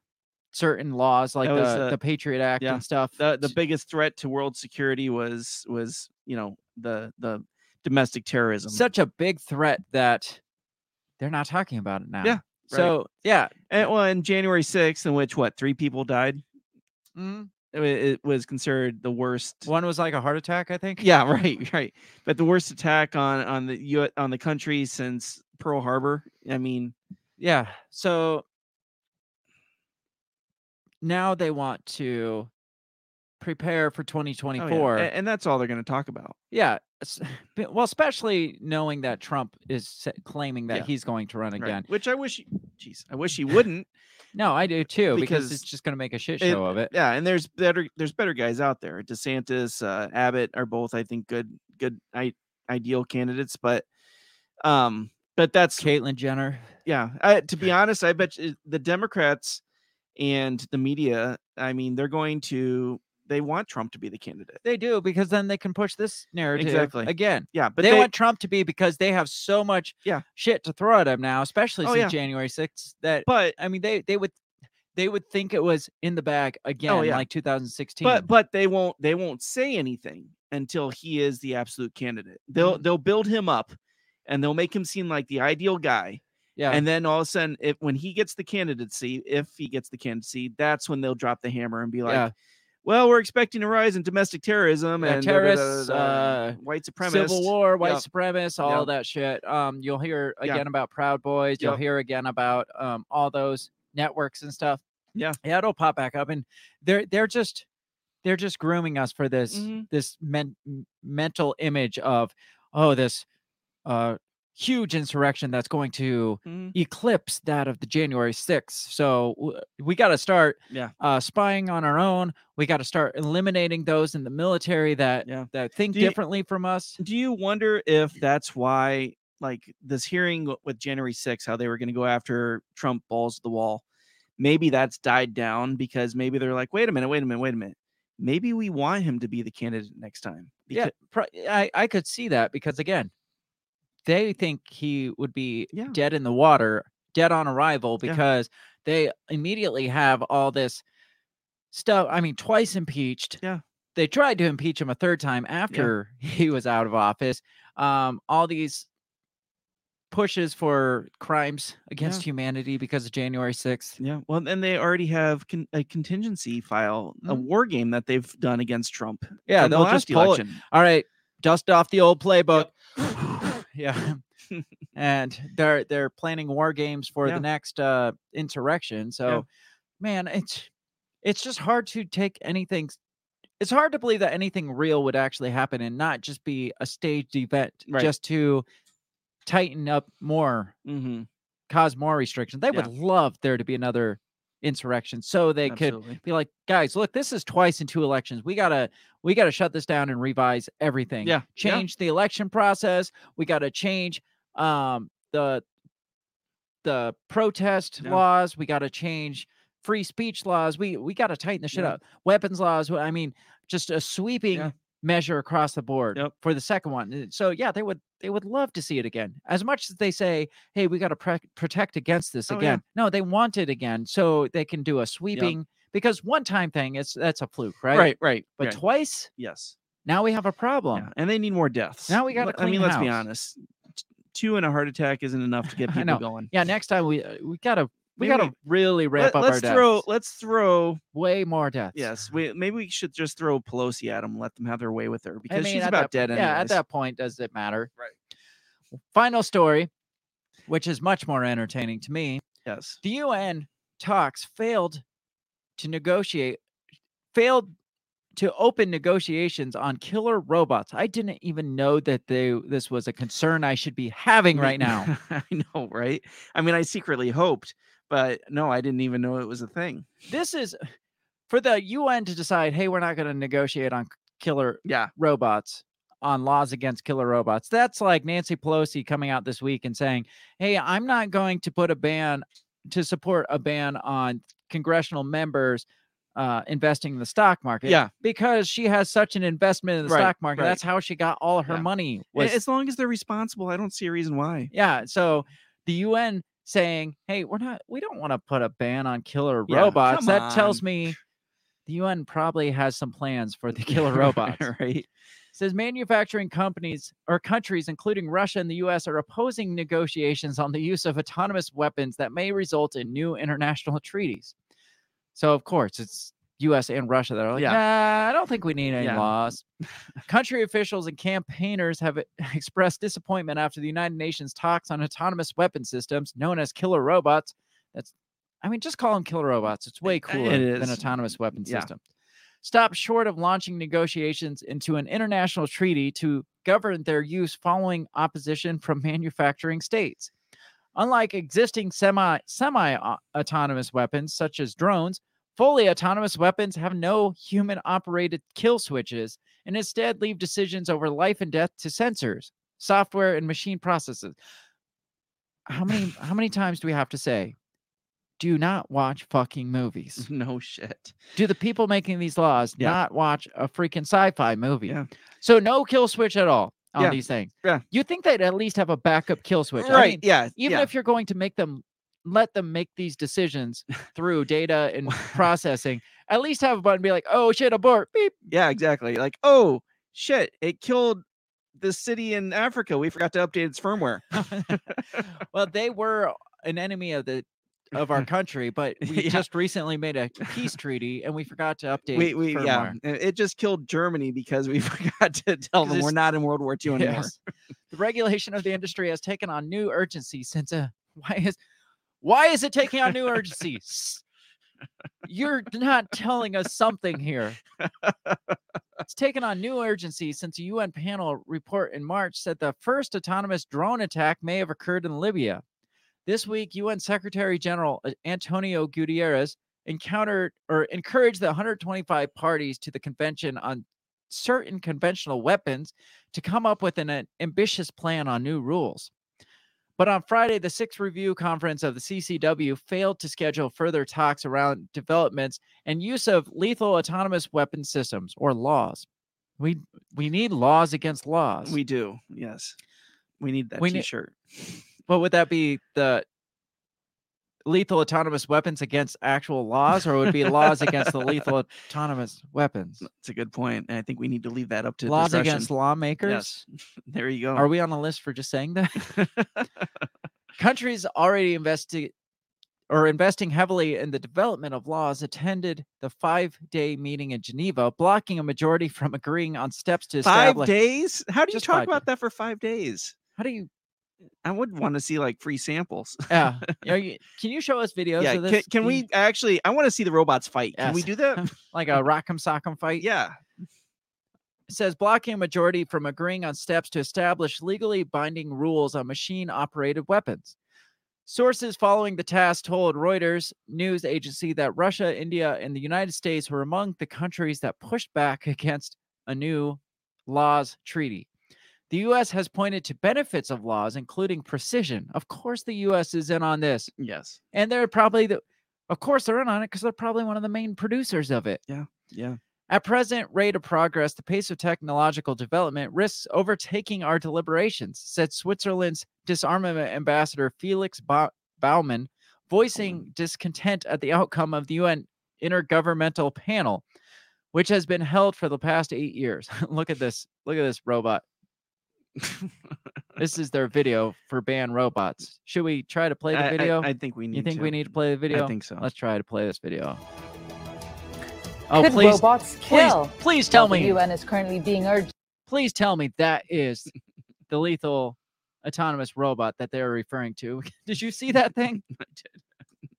Speaker 1: certain laws like
Speaker 2: That was,
Speaker 1: the,
Speaker 2: uh,
Speaker 1: the Patriot Act
Speaker 2: yeah.
Speaker 1: and stuff.
Speaker 2: the the biggest threat to world security was was you know the the domestic terrorism.
Speaker 1: Such a big threat that they're not talking about it now.
Speaker 2: Yeah, right.
Speaker 1: So yeah.
Speaker 2: and, well, in January sixth, in which what three people died,
Speaker 1: mm,
Speaker 2: it, wa- it was considered the worst.
Speaker 1: One was like a heart attack, I think.
Speaker 2: Yeah, right, right. But the worst attack on on the U on the country since Pearl Harbor. I mean,
Speaker 1: Yeah. So now they want to prepare for
Speaker 2: oh,
Speaker 1: 2024.
Speaker 2: yeah. a- and, that's all they're going to talk about.
Speaker 1: Yeah. s- b- Well, especially knowing that Trump is sa- claiming that
Speaker 2: Yeah.
Speaker 1: he's going to run
Speaker 2: right,
Speaker 1: again.
Speaker 2: which I wish. Jeez, I wish he wouldn't.
Speaker 1: No, I do too, because,
Speaker 2: Because
Speaker 1: it's just going to make a shit
Speaker 2: it-
Speaker 1: show of it.
Speaker 2: yeah, and there's better there's better guys out there. DeSantis, uh, Abbott are both I think good good I- ideal candidates, but um, but that's
Speaker 1: Caitlyn Jenner.
Speaker 2: yeah I, to be honest i bet you the democrats and the media i mean they're going to they want trump to be the candidate
Speaker 1: They do because then they can push this narrative
Speaker 2: Exactly.
Speaker 1: again.
Speaker 2: yeah but
Speaker 1: they,
Speaker 2: they,
Speaker 1: want Trump to be because they have so much
Speaker 2: Yeah.
Speaker 1: shit to throw at him now, especially
Speaker 2: Oh,
Speaker 1: since
Speaker 2: yeah.
Speaker 1: January 6th that
Speaker 2: but
Speaker 1: I mean, they they would they would think it was in the bag again,
Speaker 2: Oh, yeah.
Speaker 1: like 2016.
Speaker 2: but but they won't they won't say anything until he is the absolute candidate they'll
Speaker 1: Mm-hmm.
Speaker 2: they'll build him up and they'll make him seem like the ideal guy
Speaker 1: yeah,
Speaker 2: and then all of a sudden if when he gets the candidacy if he gets the candidacy that's when they'll drop the hammer and be like
Speaker 1: yeah,
Speaker 2: well we're expecting a rise in domestic terrorism
Speaker 1: Yeah,
Speaker 2: and da- da- da- da-
Speaker 1: terrorists,
Speaker 2: da-
Speaker 1: uh,
Speaker 2: white supremacists
Speaker 1: civil war, white
Speaker 2: Yep.
Speaker 1: supremacists, all that shit. Um, you'll hear
Speaker 2: Yeah.
Speaker 1: again about Proud Boys. You'll
Speaker 2: Yep.
Speaker 1: hear again about um all those networks and stuff.
Speaker 2: Yeah.
Speaker 1: yeah, it'll pop back up, and they're they're just they're just grooming us for this
Speaker 2: Mhm.
Speaker 1: this men- m- mental image of oh this uh huge insurrection that's going to
Speaker 2: Mhm.
Speaker 1: eclipse that of the January 6th. So w- we got to start
Speaker 2: Yeah.
Speaker 1: uh, spying on our own. We got to start eliminating those in the military that
Speaker 2: Yeah.
Speaker 1: that think
Speaker 2: Do you-
Speaker 1: differently from us.
Speaker 2: do you wonder if that's why like this hearing w- with January 6th, how they were going to go after Trump balls to the wall? Maybe that's died down because maybe they're like, wait a minute, wait a minute, wait a minute. Maybe we want him to be the candidate next time.
Speaker 1: Yeah, pro- I I could see that because again, they think he would be
Speaker 2: Yeah.
Speaker 1: dead in the water, dead on arrival
Speaker 2: Yeah.
Speaker 1: because they immediately have all this stuff. I mean, twice impeached.
Speaker 2: Yeah.
Speaker 1: They tried to impeach him a third time after he was out of office. Um, all these pushes for crimes against humanity because of January 6th.
Speaker 2: Yeah. Well, and they already have con- a contingency file, a
Speaker 1: Mhm.
Speaker 2: war game that they've done against Trump.
Speaker 1: Yeah,
Speaker 2: from the
Speaker 1: they'll just
Speaker 2: last
Speaker 1: pull it.
Speaker 2: election.
Speaker 1: All right, dust off the old playbook. yeah. and they're they're planning war games for
Speaker 2: Yeah.
Speaker 1: the next uh insurrection. So man, it's it's just hard to take anything s- it's hard to believe that anything real would actually happen and not just be a staged event
Speaker 2: Right.
Speaker 1: just to tighten up more,
Speaker 2: Mm-hmm.
Speaker 1: cause more restrictions. They would love there to be another insurrection so they could be like, guys, look, this is twice in two elections. We gotta we gotta shut this down and revise everything.
Speaker 2: Yeah, yeah.
Speaker 1: Change the election process. We gotta change um the the protest
Speaker 2: Yeah.
Speaker 1: laws. We gotta change free speech laws. We we gotta tighten the shit
Speaker 2: Yeah.
Speaker 1: up. Weapons laws. wh- I mean, just a sweeping measure across the board
Speaker 2: Yep.
Speaker 1: for the second one. Uh, So yeah, they would they would love to see it again. As much as they say, "Hey, we got to pre- protect against this
Speaker 2: Oh, yeah.
Speaker 1: again." No, they want it again so they can do a sweeping because one time thing is that's a fluke, right?
Speaker 2: Right. Right.
Speaker 1: But
Speaker 2: right.
Speaker 1: twice,
Speaker 2: yes.
Speaker 1: Now we have a problem.
Speaker 2: Yeah, and they need more deaths.
Speaker 1: Now we gotta
Speaker 2: Let- I mean,
Speaker 1: clean
Speaker 2: let's be
Speaker 1: house.
Speaker 2: honest. t- Two and a heart attack isn't enough to get
Speaker 1: I
Speaker 2: people
Speaker 1: know.
Speaker 2: going.
Speaker 1: Yeah, next time we uh, we gotta we
Speaker 2: Maybe
Speaker 1: gotta really ramp
Speaker 2: Let,
Speaker 1: up
Speaker 2: us
Speaker 1: our deaths.
Speaker 2: throw. Let's throw.
Speaker 1: way more deaths.
Speaker 2: Yes, we maybe we should just throw Pelosi at them. Let them have their way with her
Speaker 1: I
Speaker 2: because
Speaker 1: mean,
Speaker 2: she's
Speaker 1: at
Speaker 2: about
Speaker 1: that-
Speaker 2: dead.
Speaker 1: Yeah, at
Speaker 2: anyways.
Speaker 1: that point, does it matter?
Speaker 2: Right.
Speaker 1: Final story, which is much more entertaining to me.
Speaker 2: Yes.
Speaker 1: The UN talks failed to negotiate, failed to open negotiations on killer robots. I didn't even know that they this was a concern I should be having
Speaker 2: Me-
Speaker 1: right now.
Speaker 2: I know, right? I mean, I secretly hoped, but no, I didn't even know it was a thing.
Speaker 1: this is for the UN to decide, hey, we're not going to negotiate on killer
Speaker 2: Yeah.
Speaker 1: robots on laws against killer robots. That's like Nancy Pelosi coming out this week and saying, "Hey, I'm not going to put a ban to support a ban on congressional members uh, investing in the stock market."
Speaker 2: Yeah.
Speaker 1: because she has such an investment in the
Speaker 2: Right,
Speaker 1: stock market.
Speaker 2: right.
Speaker 1: That's how she got all her
Speaker 2: Yeah.
Speaker 1: money.
Speaker 2: A-
Speaker 1: Was
Speaker 2: As long as they're responsible, I don't see a reason why.
Speaker 1: yeah. So the UN saying, "Hey, we're not. We don't want to put a ban on killer
Speaker 2: Yeah,
Speaker 1: robots."
Speaker 2: come
Speaker 1: That tells
Speaker 2: on.
Speaker 1: me the UN probably has some plans for the killer
Speaker 2: Right,
Speaker 1: robots
Speaker 2: right?
Speaker 1: says manufacturing companies or countries, including Russia and the US, are opposing negotiations on the use of autonomous weapons that may result in new international treaties. So, of course, it's US and Russia that are like,
Speaker 2: Yeah.
Speaker 1: nah, I don't think we need any
Speaker 2: Yeah.
Speaker 1: laws. Country officials and campaigners have e- expressed disappointment after the United Nations talks on autonomous weapon systems known as killer robots. That's, I mean, just call them killer robots. It's way
Speaker 2: It
Speaker 1: cooler than
Speaker 2: is.
Speaker 1: autonomous weapon
Speaker 2: Yeah.
Speaker 1: systems stopped short of launching negotiations into an international treaty to govern their use following opposition from manufacturing states. Unlike existing semi semi autonomous weapons such as drones, fully autonomous weapons have no human operated kill switches and instead leave decisions over life and death to sensors, software and machine processes. How many how many times do we have to say do not watch fucking movies?
Speaker 2: No shit.
Speaker 1: do the people making these laws
Speaker 2: Yeah.
Speaker 1: not watch a freaking sci-fi movie?
Speaker 2: Yeah.
Speaker 1: So no kill switch at all on
Speaker 2: Yeah.
Speaker 1: these things.
Speaker 2: Yeah.
Speaker 1: You think they'd at least have a backup kill switch, I
Speaker 2: right.
Speaker 1: mean,
Speaker 2: yeah.
Speaker 1: even
Speaker 2: yeah.
Speaker 1: if you're going to make them, let them make these decisions through data and processing. At least have a button be like, oh shit, abort. Beep.
Speaker 2: Yeah, exactly. Like, oh shit, it killed the city in Africa. We forgot to update its firmware.
Speaker 1: well, they were an enemy of the of our country, but we
Speaker 2: Yeah.
Speaker 1: just recently made a peace treaty and we forgot to update.
Speaker 2: We, we yeah,
Speaker 1: firmware.
Speaker 2: i- it just killed Germany because we forgot to tell
Speaker 1: 'Cause
Speaker 2: them we're
Speaker 1: it's-
Speaker 2: not in World War II anymore.
Speaker 1: Yes. the regulation of the industry has taken on new urgency since uh, why is why is it taking on new urgency? S- You're not telling us something here. It's taken on new urgency since a UN panel report in March said the first autonomous drone attack may have occurred in Libya. This week, UN Secretary General uh, Antonio Gutierrez encountered or encouraged the 125 parties to the convention on certain conventional weapons to come up with an, uh, ambitious plan on new rules. But on Friday, the sixth review conference of the CCW failed to schedule further talks around developments and use of lethal autonomous weapon systems or laws. We we need laws against laws.
Speaker 2: We do. Yes. We need that
Speaker 1: We ne-
Speaker 2: t-shirt.
Speaker 1: But would that be the lethal autonomous weapons against actual laws, or would it be laws against the lethal autonomous weapons?
Speaker 2: It's a good point, and I think we need to leave that up to
Speaker 1: laws
Speaker 2: discretion.
Speaker 1: against lawmakers?
Speaker 2: Yes. There you go.
Speaker 1: Are we on a list for just saying that? Countries already investing or investing heavily in the development of laws attended the five-day meeting in Geneva, blocking a majority from agreeing on steps to
Speaker 2: five
Speaker 1: establish.
Speaker 2: days? How do you
Speaker 1: Just
Speaker 2: talk
Speaker 1: five
Speaker 2: about that for five days?
Speaker 1: How do you?
Speaker 2: I would want to see like free samples.
Speaker 1: Yeah. are you- can you show us videos
Speaker 2: yeah.
Speaker 1: of
Speaker 2: Can,
Speaker 1: this?
Speaker 2: can
Speaker 1: thing?
Speaker 2: we actually? I want to see the robots fight. Can we
Speaker 1: Yes.
Speaker 2: do that?
Speaker 1: like a rock'em sock'em fight?
Speaker 2: yeah.
Speaker 1: It says blocking a majority from agreeing on steps to establish legally binding rules on machine operated weapons. Sources following the task told Reuters news agency that Russia, India, and the United States were among the countries that pushed back against a new laws treaty. The U.S. has pointed to benefits of laws, including precision. Of course, the U.S. is in on this,
Speaker 2: Yes.
Speaker 1: and they're probably the, of course, they're in on it because they're probably one of the main producers of it.
Speaker 2: Yeah.
Speaker 1: At present rate of progress, the pace of technological development risks overtaking our deliberations, said Switzerland's disarmament ambassador Felix ba- Baumann,
Speaker 2: Mm.
Speaker 1: voicing discontent at the outcome of the UN Intergovernmental Panel, which has been held for the past eight years. look at this. Look at this robot. this is their video for ban robots. Should we try to play
Speaker 2: I-
Speaker 1: the
Speaker 2: I-
Speaker 1: video?
Speaker 2: I, think we need.
Speaker 1: you think
Speaker 2: to.
Speaker 1: we need to play the video?
Speaker 2: I think so.
Speaker 1: Let's try to play this video. Oh,
Speaker 4: Could
Speaker 1: please,
Speaker 4: robots
Speaker 1: please,
Speaker 4: kill?
Speaker 1: please tell
Speaker 4: While
Speaker 1: me.
Speaker 4: The UN is currently being urged.
Speaker 1: please tell me that is the lethal autonomous robot that they're referring to. Did you see that thing?
Speaker 2: I did.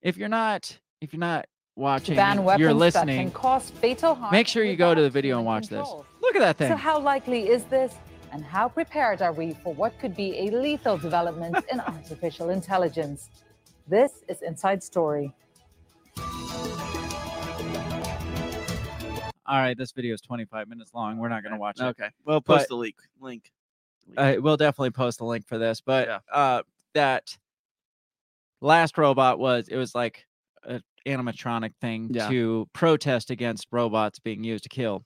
Speaker 1: If you're not, if you're not
Speaker 4: to
Speaker 1: watching,
Speaker 4: ban weapons
Speaker 1: you're
Speaker 4: that can
Speaker 1: listening.
Speaker 4: cause fatal harm.
Speaker 1: Make sure you go to
Speaker 4: without
Speaker 1: the video and
Speaker 4: human
Speaker 1: watch this.
Speaker 4: control.
Speaker 1: Look at that thing.
Speaker 4: So, how likely is this, and how prepared are we for what could be a lethal development in artificial intelligence? This is Inside Story.
Speaker 1: All right, this video is 25 minutes long. We're not going to watch it.
Speaker 2: Okay. Well, post
Speaker 1: But- Uh,
Speaker 2: the leak link.
Speaker 1: I will definitely post a link for this, but uh, that last robot was it was like an animatronic thing
Speaker 2: Yeah.
Speaker 1: to protest against robots being used to kill.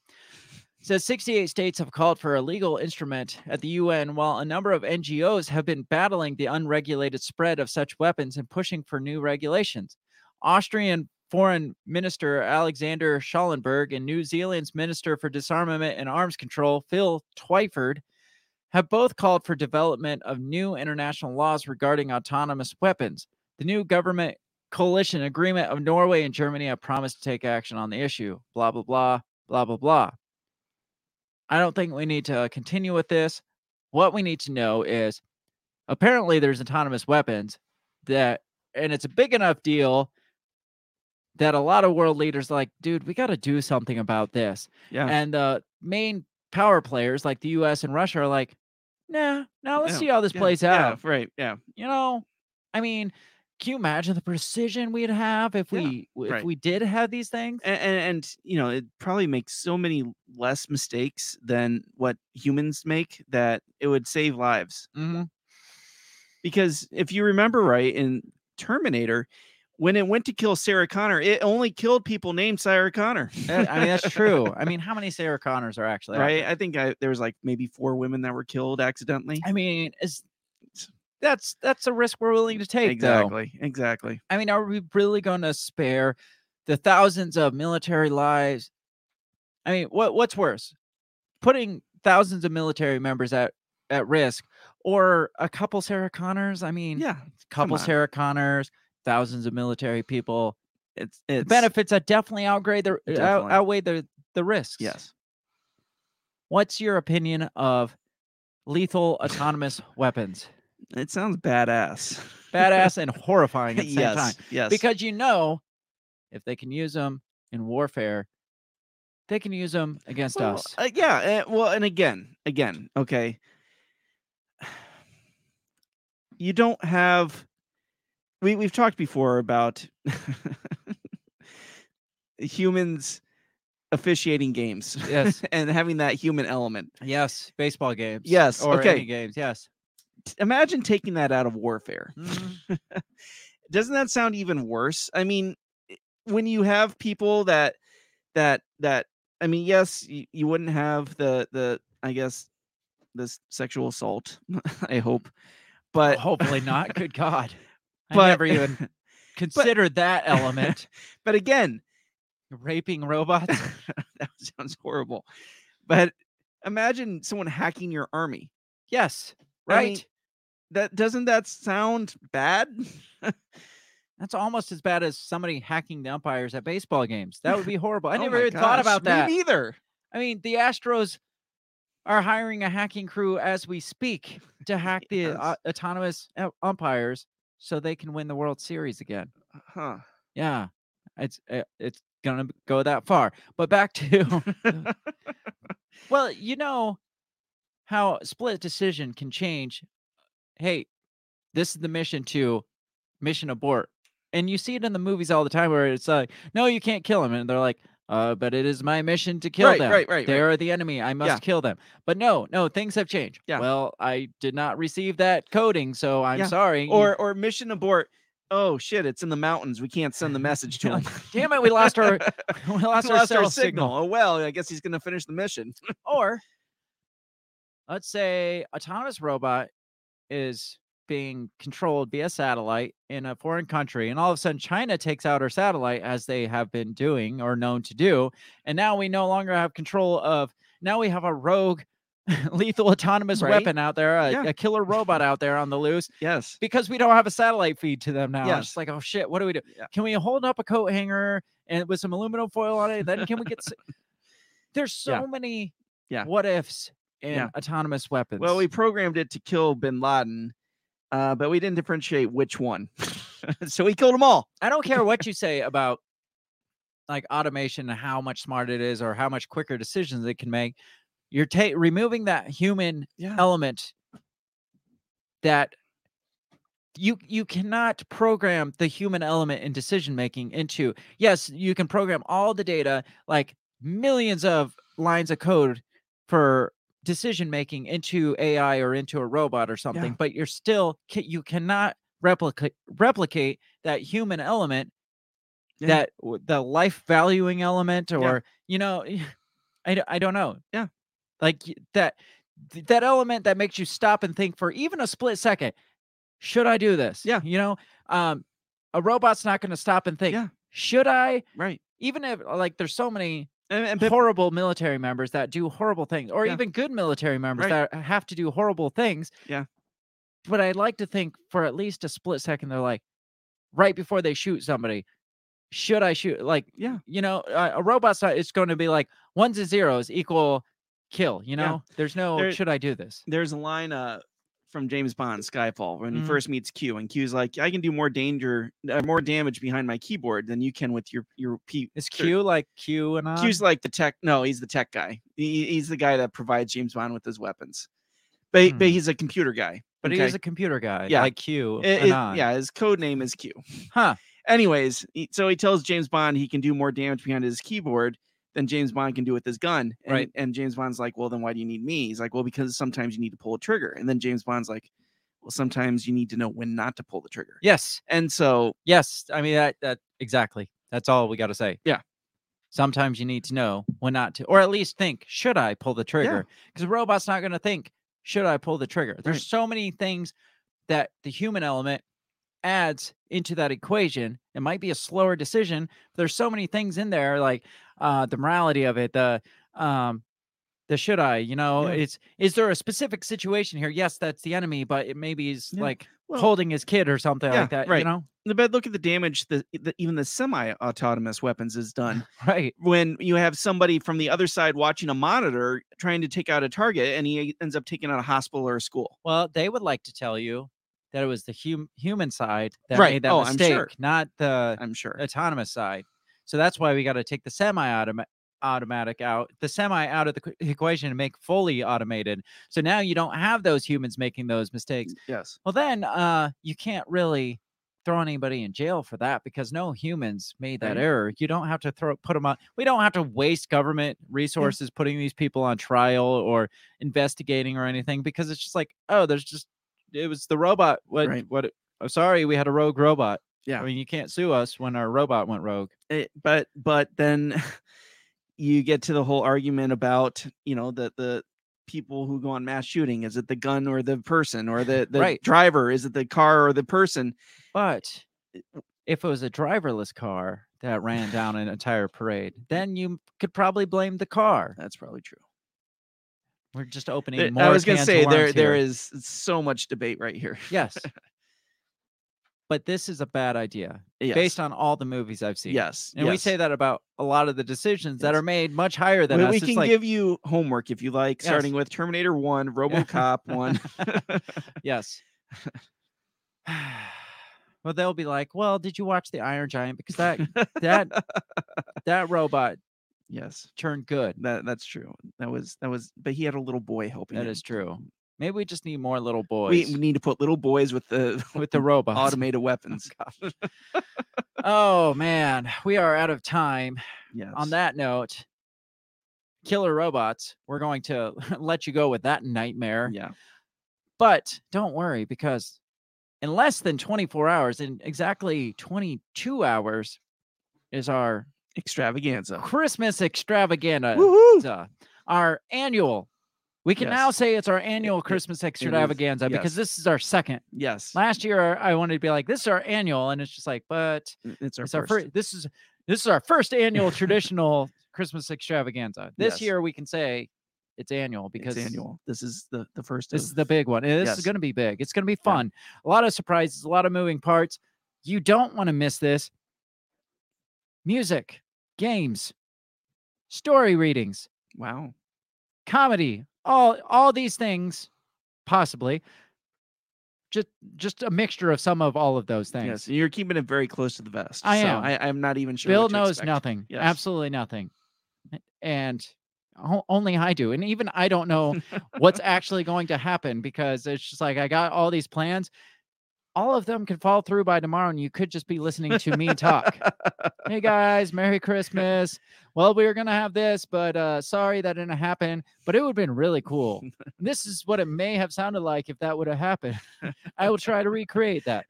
Speaker 1: It says 68 states have called for a legal instrument at the UN, while a number of NGOs have been battling the unregulated spread of such weapons and pushing for new regulations. Austrian Foreign Minister Alexander Schallenberg and New Zealand's Minister for Disarmament and Arms Control, Phil Twyford, have both called for development of new international laws regarding autonomous weapons. The new government coalition agreement of Norway and Germany have promised to take action on the issue. Blah, blah, blah, blah, blah, blah. I don't think we need to continue with this. What we need to know is apparently there's autonomous weapons that, and it's a big enough deal that a lot of world leaders are like, dude, we got to do something about this
Speaker 2: Yeah.
Speaker 1: and the main power players like the U.S. and Russia are like, nah, now let's
Speaker 2: Yeah,
Speaker 1: see how this
Speaker 2: yeah,
Speaker 1: plays
Speaker 2: yeah,
Speaker 1: out.
Speaker 2: Right. Yeah.
Speaker 1: You know, I mean, can you imagine the precision we'd have if
Speaker 2: Yeah,
Speaker 1: we w- if
Speaker 2: right.
Speaker 1: we did have these things?
Speaker 2: and, and, and you know it probably makes so many less mistakes than what humans make that it would save lives
Speaker 1: Mhm.
Speaker 2: because if you remember right in terminator when it went to kill sarah connor it only killed people named sarah connor
Speaker 1: That- I mean, that's true. I mean, how many Sarah Connors are actually out
Speaker 2: right
Speaker 1: there?
Speaker 2: i think I, there was like maybe four women that were killed accidentally
Speaker 1: I mean, is that's that's a risk we're willing to take, though.
Speaker 2: exactly exactly
Speaker 1: I mean, are we really going to spare the thousands of military lives? I mean, what what's worse, putting thousands of military members at at risk, or a couple Sarah Connors? I mean,
Speaker 2: yeah
Speaker 1: couple
Speaker 2: on.
Speaker 1: Sarah Connors, thousands of military people.
Speaker 2: it's
Speaker 1: The
Speaker 2: it's
Speaker 1: benefits are definitely outgrade the out-
Speaker 2: Definitely.
Speaker 1: outweigh the the risks.
Speaker 2: yes
Speaker 1: What's your opinion of lethal autonomous weapons?
Speaker 2: it sounds badass
Speaker 1: Badass and horrifying at the same
Speaker 2: yes
Speaker 1: time.
Speaker 2: yes
Speaker 1: because you know if they can use them in warfare they can use them against
Speaker 2: Well,
Speaker 1: us
Speaker 2: uh, yeah. Uh, well, and again, again, okay. You don't have. We we've talked before about humans officiating games
Speaker 1: yes
Speaker 2: and having that human element.
Speaker 1: yes baseball games
Speaker 2: Yes,
Speaker 1: or
Speaker 2: okay.
Speaker 1: any games yes
Speaker 2: T- Imagine taking that out of warfare.
Speaker 1: Mhm.
Speaker 2: Doesn't that sound even worse? I mean, i- when you have people that that that I mean, yes, you, you wouldn't have the the I guess this sexual assault. I hope, but
Speaker 1: hopefully not good god
Speaker 2: but
Speaker 1: i never even considered that element
Speaker 2: but again,
Speaker 1: raping robots
Speaker 2: that sounds horrible. But imagine someone hacking your army.
Speaker 1: yes
Speaker 2: I
Speaker 1: right
Speaker 2: mean- That doesn't that sound bad?
Speaker 1: that's almost as bad as somebody hacking the umpires at baseball games that would be horrible i
Speaker 2: Oh
Speaker 1: never
Speaker 2: my
Speaker 1: even thought
Speaker 2: gosh,
Speaker 1: about that
Speaker 2: Me neither.
Speaker 1: I mean, the Astros are hiring a hacking crew as we speak to hack the uh, autonomous u- umpires so they can win the World Series again.
Speaker 2: Huh.
Speaker 1: Yeah, it's uh, it's gonna b- go that far. But back to well, you know how split decision can change. Hey, this is the mission to mission abort, and you see it in the movies all the time where it's like, no, you can't kill him, and they're like. Uh, but it is my mission to kill
Speaker 2: Right,
Speaker 1: them.
Speaker 2: right, right, right.
Speaker 1: They are the enemy. I must
Speaker 2: Yeah.
Speaker 1: kill them. But no, no, things have changed.
Speaker 2: Yeah.
Speaker 1: Well, I did not receive that coding, so I'm
Speaker 2: Yeah.
Speaker 1: sorry. you-
Speaker 2: Or or mission abort. Oh shit! It's in the mountains. We can't send the message to
Speaker 1: You're
Speaker 2: him.
Speaker 1: like, damn it, we lost our we lost,
Speaker 2: We
Speaker 1: our,
Speaker 2: lost
Speaker 1: cell
Speaker 2: our signal. Oh well, I guess he's gonna finish the mission.
Speaker 1: or let's say autonomous robot is being controlled via satellite in a foreign country, and all of a sudden China takes out our satellite as they have been doing or known to do, and now we no longer have control of. Now we have a rogue, lethal autonomous
Speaker 2: Right.
Speaker 1: weapon out there, a,
Speaker 2: Yeah.
Speaker 1: a killer robot out there on the loose
Speaker 2: Yes.
Speaker 1: because we don't have a satellite feed to them now. It's
Speaker 2: Yes.
Speaker 1: just like, oh shit, what do we do?
Speaker 2: Yeah.
Speaker 1: Can we hold up a coat hanger and with some aluminum foil on it? Then can we get? s- There's so
Speaker 2: Yeah.
Speaker 1: many
Speaker 2: Yeah.
Speaker 1: what ifs in
Speaker 2: Yeah.
Speaker 1: autonomous weapons.
Speaker 2: Well, we programmed it to kill Bin Laden, uh, but we didn't differentiate which one, so we killed them all.
Speaker 1: I don't care what you say about like automation and how much smarter it is or how much quicker decisions it can make. You're ta- removing that human
Speaker 2: Yeah.
Speaker 1: element that you you cannot program the human element in decision making into. Yes, you can program all the data like millions of lines of code for decision making into AI or into a robot or something,
Speaker 2: Yeah.
Speaker 1: but you're still ca- you cannot replicate replicate that human element
Speaker 2: Yeah.
Speaker 1: that w- the life valuing element or you know I, d- I don't know
Speaker 2: Yeah.
Speaker 1: like y- that th- that element that makes you stop and think for even a split second should i do this
Speaker 2: Yeah.
Speaker 1: you know um a robot's not going to stop and think
Speaker 2: Yeah.
Speaker 1: should i
Speaker 2: Right.
Speaker 1: even if like there's so many
Speaker 2: And, and Bin-
Speaker 1: horrible military members that do horrible things, or
Speaker 2: Yeah.
Speaker 1: even good military members
Speaker 2: Right.
Speaker 1: that have to do horrible things.
Speaker 2: Yeah.
Speaker 1: But I'd like to think for at least a split second, they're like, right before they shoot somebody, should I shoot? Like,
Speaker 2: Yeah.
Speaker 1: you know, uh, a robot's not, it's going to be like ones and zeros equal kill, you
Speaker 2: Yeah.
Speaker 1: know? There's no,
Speaker 2: There-
Speaker 1: should I do this?
Speaker 2: there's a line uh, from James Bond, Skyfall, when he
Speaker 1: Mhm.
Speaker 2: first meets Q, and Q's like, "I can do more danger, uh, more damage behind my keyboard than you can with your your P."
Speaker 1: Is
Speaker 2: Sure.
Speaker 1: Q like Q and I?
Speaker 2: Q's like the tech. No, he's the tech guy. He, he's the guy that provides James Bond with his weapons, but he- but
Speaker 1: Hmm.
Speaker 2: he's a computer guy.
Speaker 1: But he
Speaker 2: okay?
Speaker 1: is a computer guy.
Speaker 2: Yeah.
Speaker 1: Like Q.
Speaker 2: It-
Speaker 1: and
Speaker 2: it-
Speaker 1: I.
Speaker 2: yeah, his code name is Q.
Speaker 1: Huh.
Speaker 2: Anyways, he, so he tells James Bond he can do more damage behind his keyboard than James Bond can do with his gun. And,
Speaker 1: Right.
Speaker 2: And James Bond's like, well, then why do you need me? He's like, well, because sometimes you need to pull a trigger. And then James Bond's like, well, sometimes you need to know when not to pull the trigger.
Speaker 1: Yes.
Speaker 2: And so,
Speaker 1: Yes, I mean that that exactly. That's all we got to say.
Speaker 2: Yeah.
Speaker 1: Sometimes you need to know when not to, or at least think, should I pull the trigger? Because the robot's not going to think, should I pull the trigger? There's
Speaker 2: Right.
Speaker 1: so many things that the human element adds into that equation. It might be a slower decision. But there's so many things in there, like uh, the morality of it, the um, the should I? You know,
Speaker 2: Yeah.
Speaker 1: it's is there a specific situation here? Yes, that's the enemy, but it maybe he's
Speaker 2: Yeah.
Speaker 1: like
Speaker 2: Well,
Speaker 1: holding his kid or something
Speaker 2: yeah,
Speaker 1: like that.
Speaker 2: right.
Speaker 1: You know,
Speaker 2: but look at the damage that that even the semi-autonomous weapons has done.
Speaker 1: right?
Speaker 2: when you have somebody from the other side watching a monitor trying to take out a target, and he ends up taking out a hospital or a school.
Speaker 1: Well, they would like to tell you that it was the hum- human side that
Speaker 2: Right.
Speaker 1: made that
Speaker 2: Oh, I'm
Speaker 1: mistake,
Speaker 2: sure.
Speaker 1: not the
Speaker 2: I'm sure.
Speaker 1: autonomous side. So that's why we got to take the semi automatic out, the semi out of the qu- equation and make fully automated. So now you don't have those humans making those mistakes.
Speaker 2: Yes.
Speaker 1: Well, then uh, you can't really throw anybody in jail for that because no humans made that
Speaker 2: Right.
Speaker 1: error. You don't have to throw put them on. We don't have to waste government resources putting these people on trial or investigating or anything because it's just like, oh, there's just it was the robot. What
Speaker 2: Right.
Speaker 1: what? it- I'm sorry, we had a rogue robot.
Speaker 2: Yeah.
Speaker 1: I mean, you can't sue us when our robot went rogue.
Speaker 2: it- eh, but but then you get to the whole argument about you know the the people who go on mass shooting is it the gun or the person or the the
Speaker 1: Right.
Speaker 2: driver is it the car or the person
Speaker 1: But if it was a driverless car that ran down an entire parade, then you could probably blame the car.
Speaker 2: that's probably true
Speaker 1: We're just opening
Speaker 2: There-
Speaker 1: more.
Speaker 2: i was going to
Speaker 1: cans of
Speaker 2: say there
Speaker 1: worms
Speaker 2: there
Speaker 1: here.
Speaker 2: is so much debate right here
Speaker 1: Yes. but this is a bad idea
Speaker 2: yes.
Speaker 1: based on all the movies I've seen.
Speaker 2: yes
Speaker 1: And we say
Speaker 2: yes.
Speaker 1: that about a lot of the decisions that
Speaker 2: Yes.
Speaker 1: are made much higher than
Speaker 2: we,
Speaker 1: us.
Speaker 2: we
Speaker 1: It's
Speaker 2: can
Speaker 1: like,
Speaker 2: give you homework if you like
Speaker 1: Yes.
Speaker 2: starting with terminator 1 robocop 1
Speaker 1: yes. well, they'll be like, "Well, did you watch the Iron Giant? Because that that that robot
Speaker 2: yes
Speaker 1: turned good.
Speaker 2: that that's true that was that was but he had a little boy helping
Speaker 1: That
Speaker 2: him.
Speaker 1: is true. Maybe we just need more little
Speaker 2: we,
Speaker 1: boys
Speaker 2: we need to put little boys with the
Speaker 1: with the robots.
Speaker 2: automated weapons
Speaker 1: oh man, we are out of time.
Speaker 2: Yes.
Speaker 1: on that note, killer robots, we're going to let you go with that nightmare.
Speaker 2: Yeah.
Speaker 1: But don't worry because in less than 24 hours, in exactly 22 hours, is our
Speaker 2: Extravaganza.
Speaker 1: Christmas extravaganza,
Speaker 2: Woohoo!
Speaker 1: our annual We can now
Speaker 2: Yes.
Speaker 1: say it's our annual
Speaker 2: it-
Speaker 1: Christmas extravaganza because
Speaker 2: yes.
Speaker 1: this is our second.
Speaker 2: Yes,
Speaker 1: Last year I wanted to be like, this is our annual, and it's just like, but
Speaker 2: n- it's our
Speaker 1: it's our
Speaker 2: first.
Speaker 1: first. This is this is our first annual traditional Christmas extravaganza. This
Speaker 2: Yes.
Speaker 1: year we can say it's annual because
Speaker 2: It's annual. This is the the first.
Speaker 1: This
Speaker 2: of-
Speaker 1: is the big one. and This
Speaker 2: Yes.
Speaker 1: is going to be big. It's going to be fun. A lot of surprises, a lot of moving parts. You don't want to miss this. Music, games, story readings,
Speaker 2: wow.
Speaker 1: comedy, all all these things possibly just just a mixture of some of all of those things.
Speaker 2: Yes, you're keeping it very close to the vest.
Speaker 1: I
Speaker 2: so
Speaker 1: am.
Speaker 2: I, I'm not even sure.
Speaker 1: Bill
Speaker 2: what to
Speaker 1: knows
Speaker 2: expect.
Speaker 1: nothing.
Speaker 2: Yes.
Speaker 1: Absolutely nothing. And o- only I do. And even I don't know what's actually going to happen because it's just like I got all these plans. All of them could fall through by tomorrow, and you could just be listening to me talk. hey guys, Merry Christmas. Well, we were gonna have this, but uh sorry that didn't happen. But it would have been really cool. this is what it may have sounded like if that would have happened. I will try to recreate that.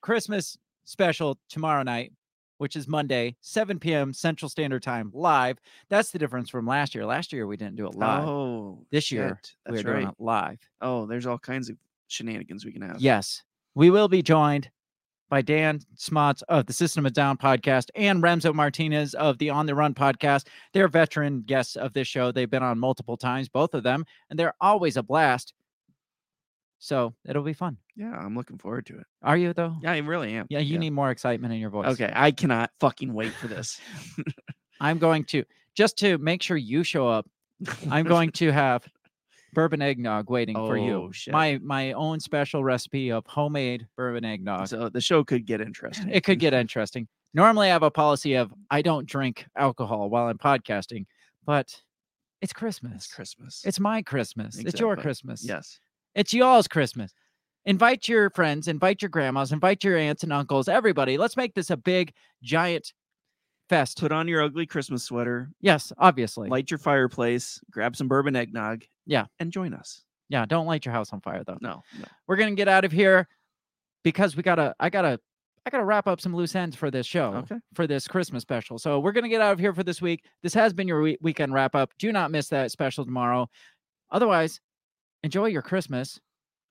Speaker 5: Christmas special tomorrow night,
Speaker 1: which is Monday, 7 p.m. Central Standard Time, live. That's the difference from last year. Last year we didn't do it live.
Speaker 2: Oh,
Speaker 1: This year,
Speaker 2: shit,
Speaker 1: we
Speaker 2: that's
Speaker 1: are doing
Speaker 2: right.
Speaker 1: it live.
Speaker 2: Oh, there's all kinds of shenanigans we can have.
Speaker 1: Yes, we will be joined by Dan Smots of the System of Down podcast and Remzo Martinez of the On the Run podcast. They're veteran guests of this show. They've been on multiple times, both of them, and they're always a blast. So it'll be fun.
Speaker 2: Yeah, I'm looking forward to it.
Speaker 1: Are you though?
Speaker 2: Yeah, I really am.
Speaker 1: Yeah, you need more excitement in your voice.
Speaker 2: Okay, I cannot fucking wait for this.
Speaker 1: I'm going to just to make sure you show up. I'm going to have bourbon eggnog waiting for you.
Speaker 2: Oh, shit.
Speaker 1: My my own special recipe of homemade bourbon eggnog.
Speaker 2: so the show could get interesting.
Speaker 1: It could get interesting. Normally I have a policy of I don't drink alcohol while I'm podcasting, but it's Christmas.
Speaker 2: It's Christmas.
Speaker 1: It's my Christmas. It's your
Speaker 2: Exactly.
Speaker 1: Christmas.
Speaker 2: yes.
Speaker 1: It's y'all's Christmas. Invite your friends, invite your grandmas, invite your aunts and uncles, everybody. Let's make this a big giant fest.
Speaker 2: Put on your ugly Christmas sweater,
Speaker 1: Yes, obviously.
Speaker 2: light your fireplace, grab some bourbon eggnog.
Speaker 1: Yeah.
Speaker 2: and join us.
Speaker 1: yeah, don't light your house on fire though.
Speaker 2: No, no.
Speaker 1: we're gonna get out of here because we gotta i gotta i gotta wrap up some loose ends for this show
Speaker 2: Okay.
Speaker 1: for this christmas special so we're gonna get out of here for this week this has been your wee- weekend wrap up do not miss that special tomorrow otherwise enjoy your christmas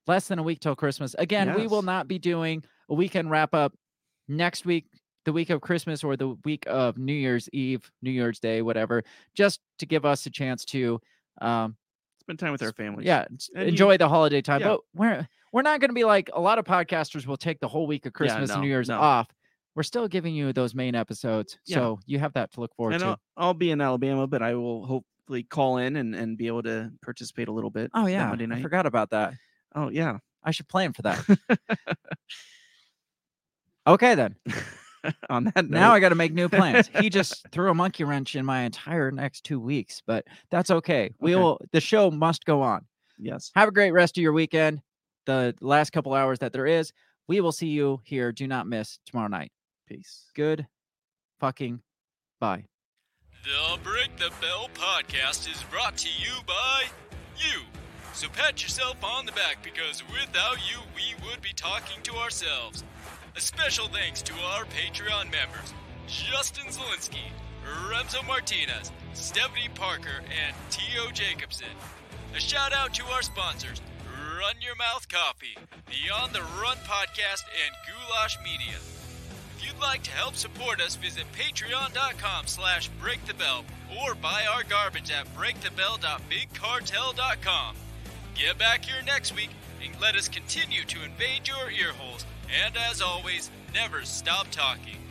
Speaker 1: less than a week till christmas again we will
Speaker 2: Yes.
Speaker 1: not be doing a weekend wrap up next week the week of christmas or the week of new year's eve new year's day whatever just to give us a chance to um,
Speaker 2: Spend time with our families.
Speaker 1: yeah, s-
Speaker 2: And you-
Speaker 1: enjoy the holiday time.
Speaker 2: yeah.
Speaker 1: But we're we're not going to be like a lot of podcasters will take the whole week of Christmas and
Speaker 2: no,
Speaker 1: New Year's
Speaker 2: no.
Speaker 1: off. We're still giving you those main episodes,
Speaker 2: Yeah.
Speaker 1: so you have that to look forward
Speaker 2: and
Speaker 1: to.
Speaker 2: I'll, I'll be in Alabama, but I will hopefully call in and, and be able to participate a little bit.
Speaker 1: oh
Speaker 2: that
Speaker 1: yeah,
Speaker 2: Monday
Speaker 1: I
Speaker 2: night.
Speaker 1: forgot about that.
Speaker 2: Oh yeah,
Speaker 1: I should plan for that. okay then.
Speaker 2: on that note,
Speaker 1: Now I got to make new plans. he just threw a monkey wrench in my entire next two weeks, but that's okay. We
Speaker 2: Okay.
Speaker 1: will. The show must go on.
Speaker 2: yes,
Speaker 1: Have a great rest of your weekend. The last couple hours that there is, we will see you here. Do not miss tomorrow night.
Speaker 2: peace.
Speaker 1: good fucking bye.
Speaker 6: The Break the Bell podcast is brought to you by you. So pat yourself on the back because without you, we would be talking to ourselves. A special thanks to our Patreon members Justin Zielinski, Remzo Martinez, Stephanie Parker, and T.O. Jacobson. A shout out to our sponsors Run Your Mouth Coffee, the On the Run podcast, and Goulash Media. If you'd like to help support us, visit patreon.com slash breakthebell or buy our garbage at breakthebell.bigcartel.com. Get back here next week and let us continue to invade your earholes. And as always, never stop talking.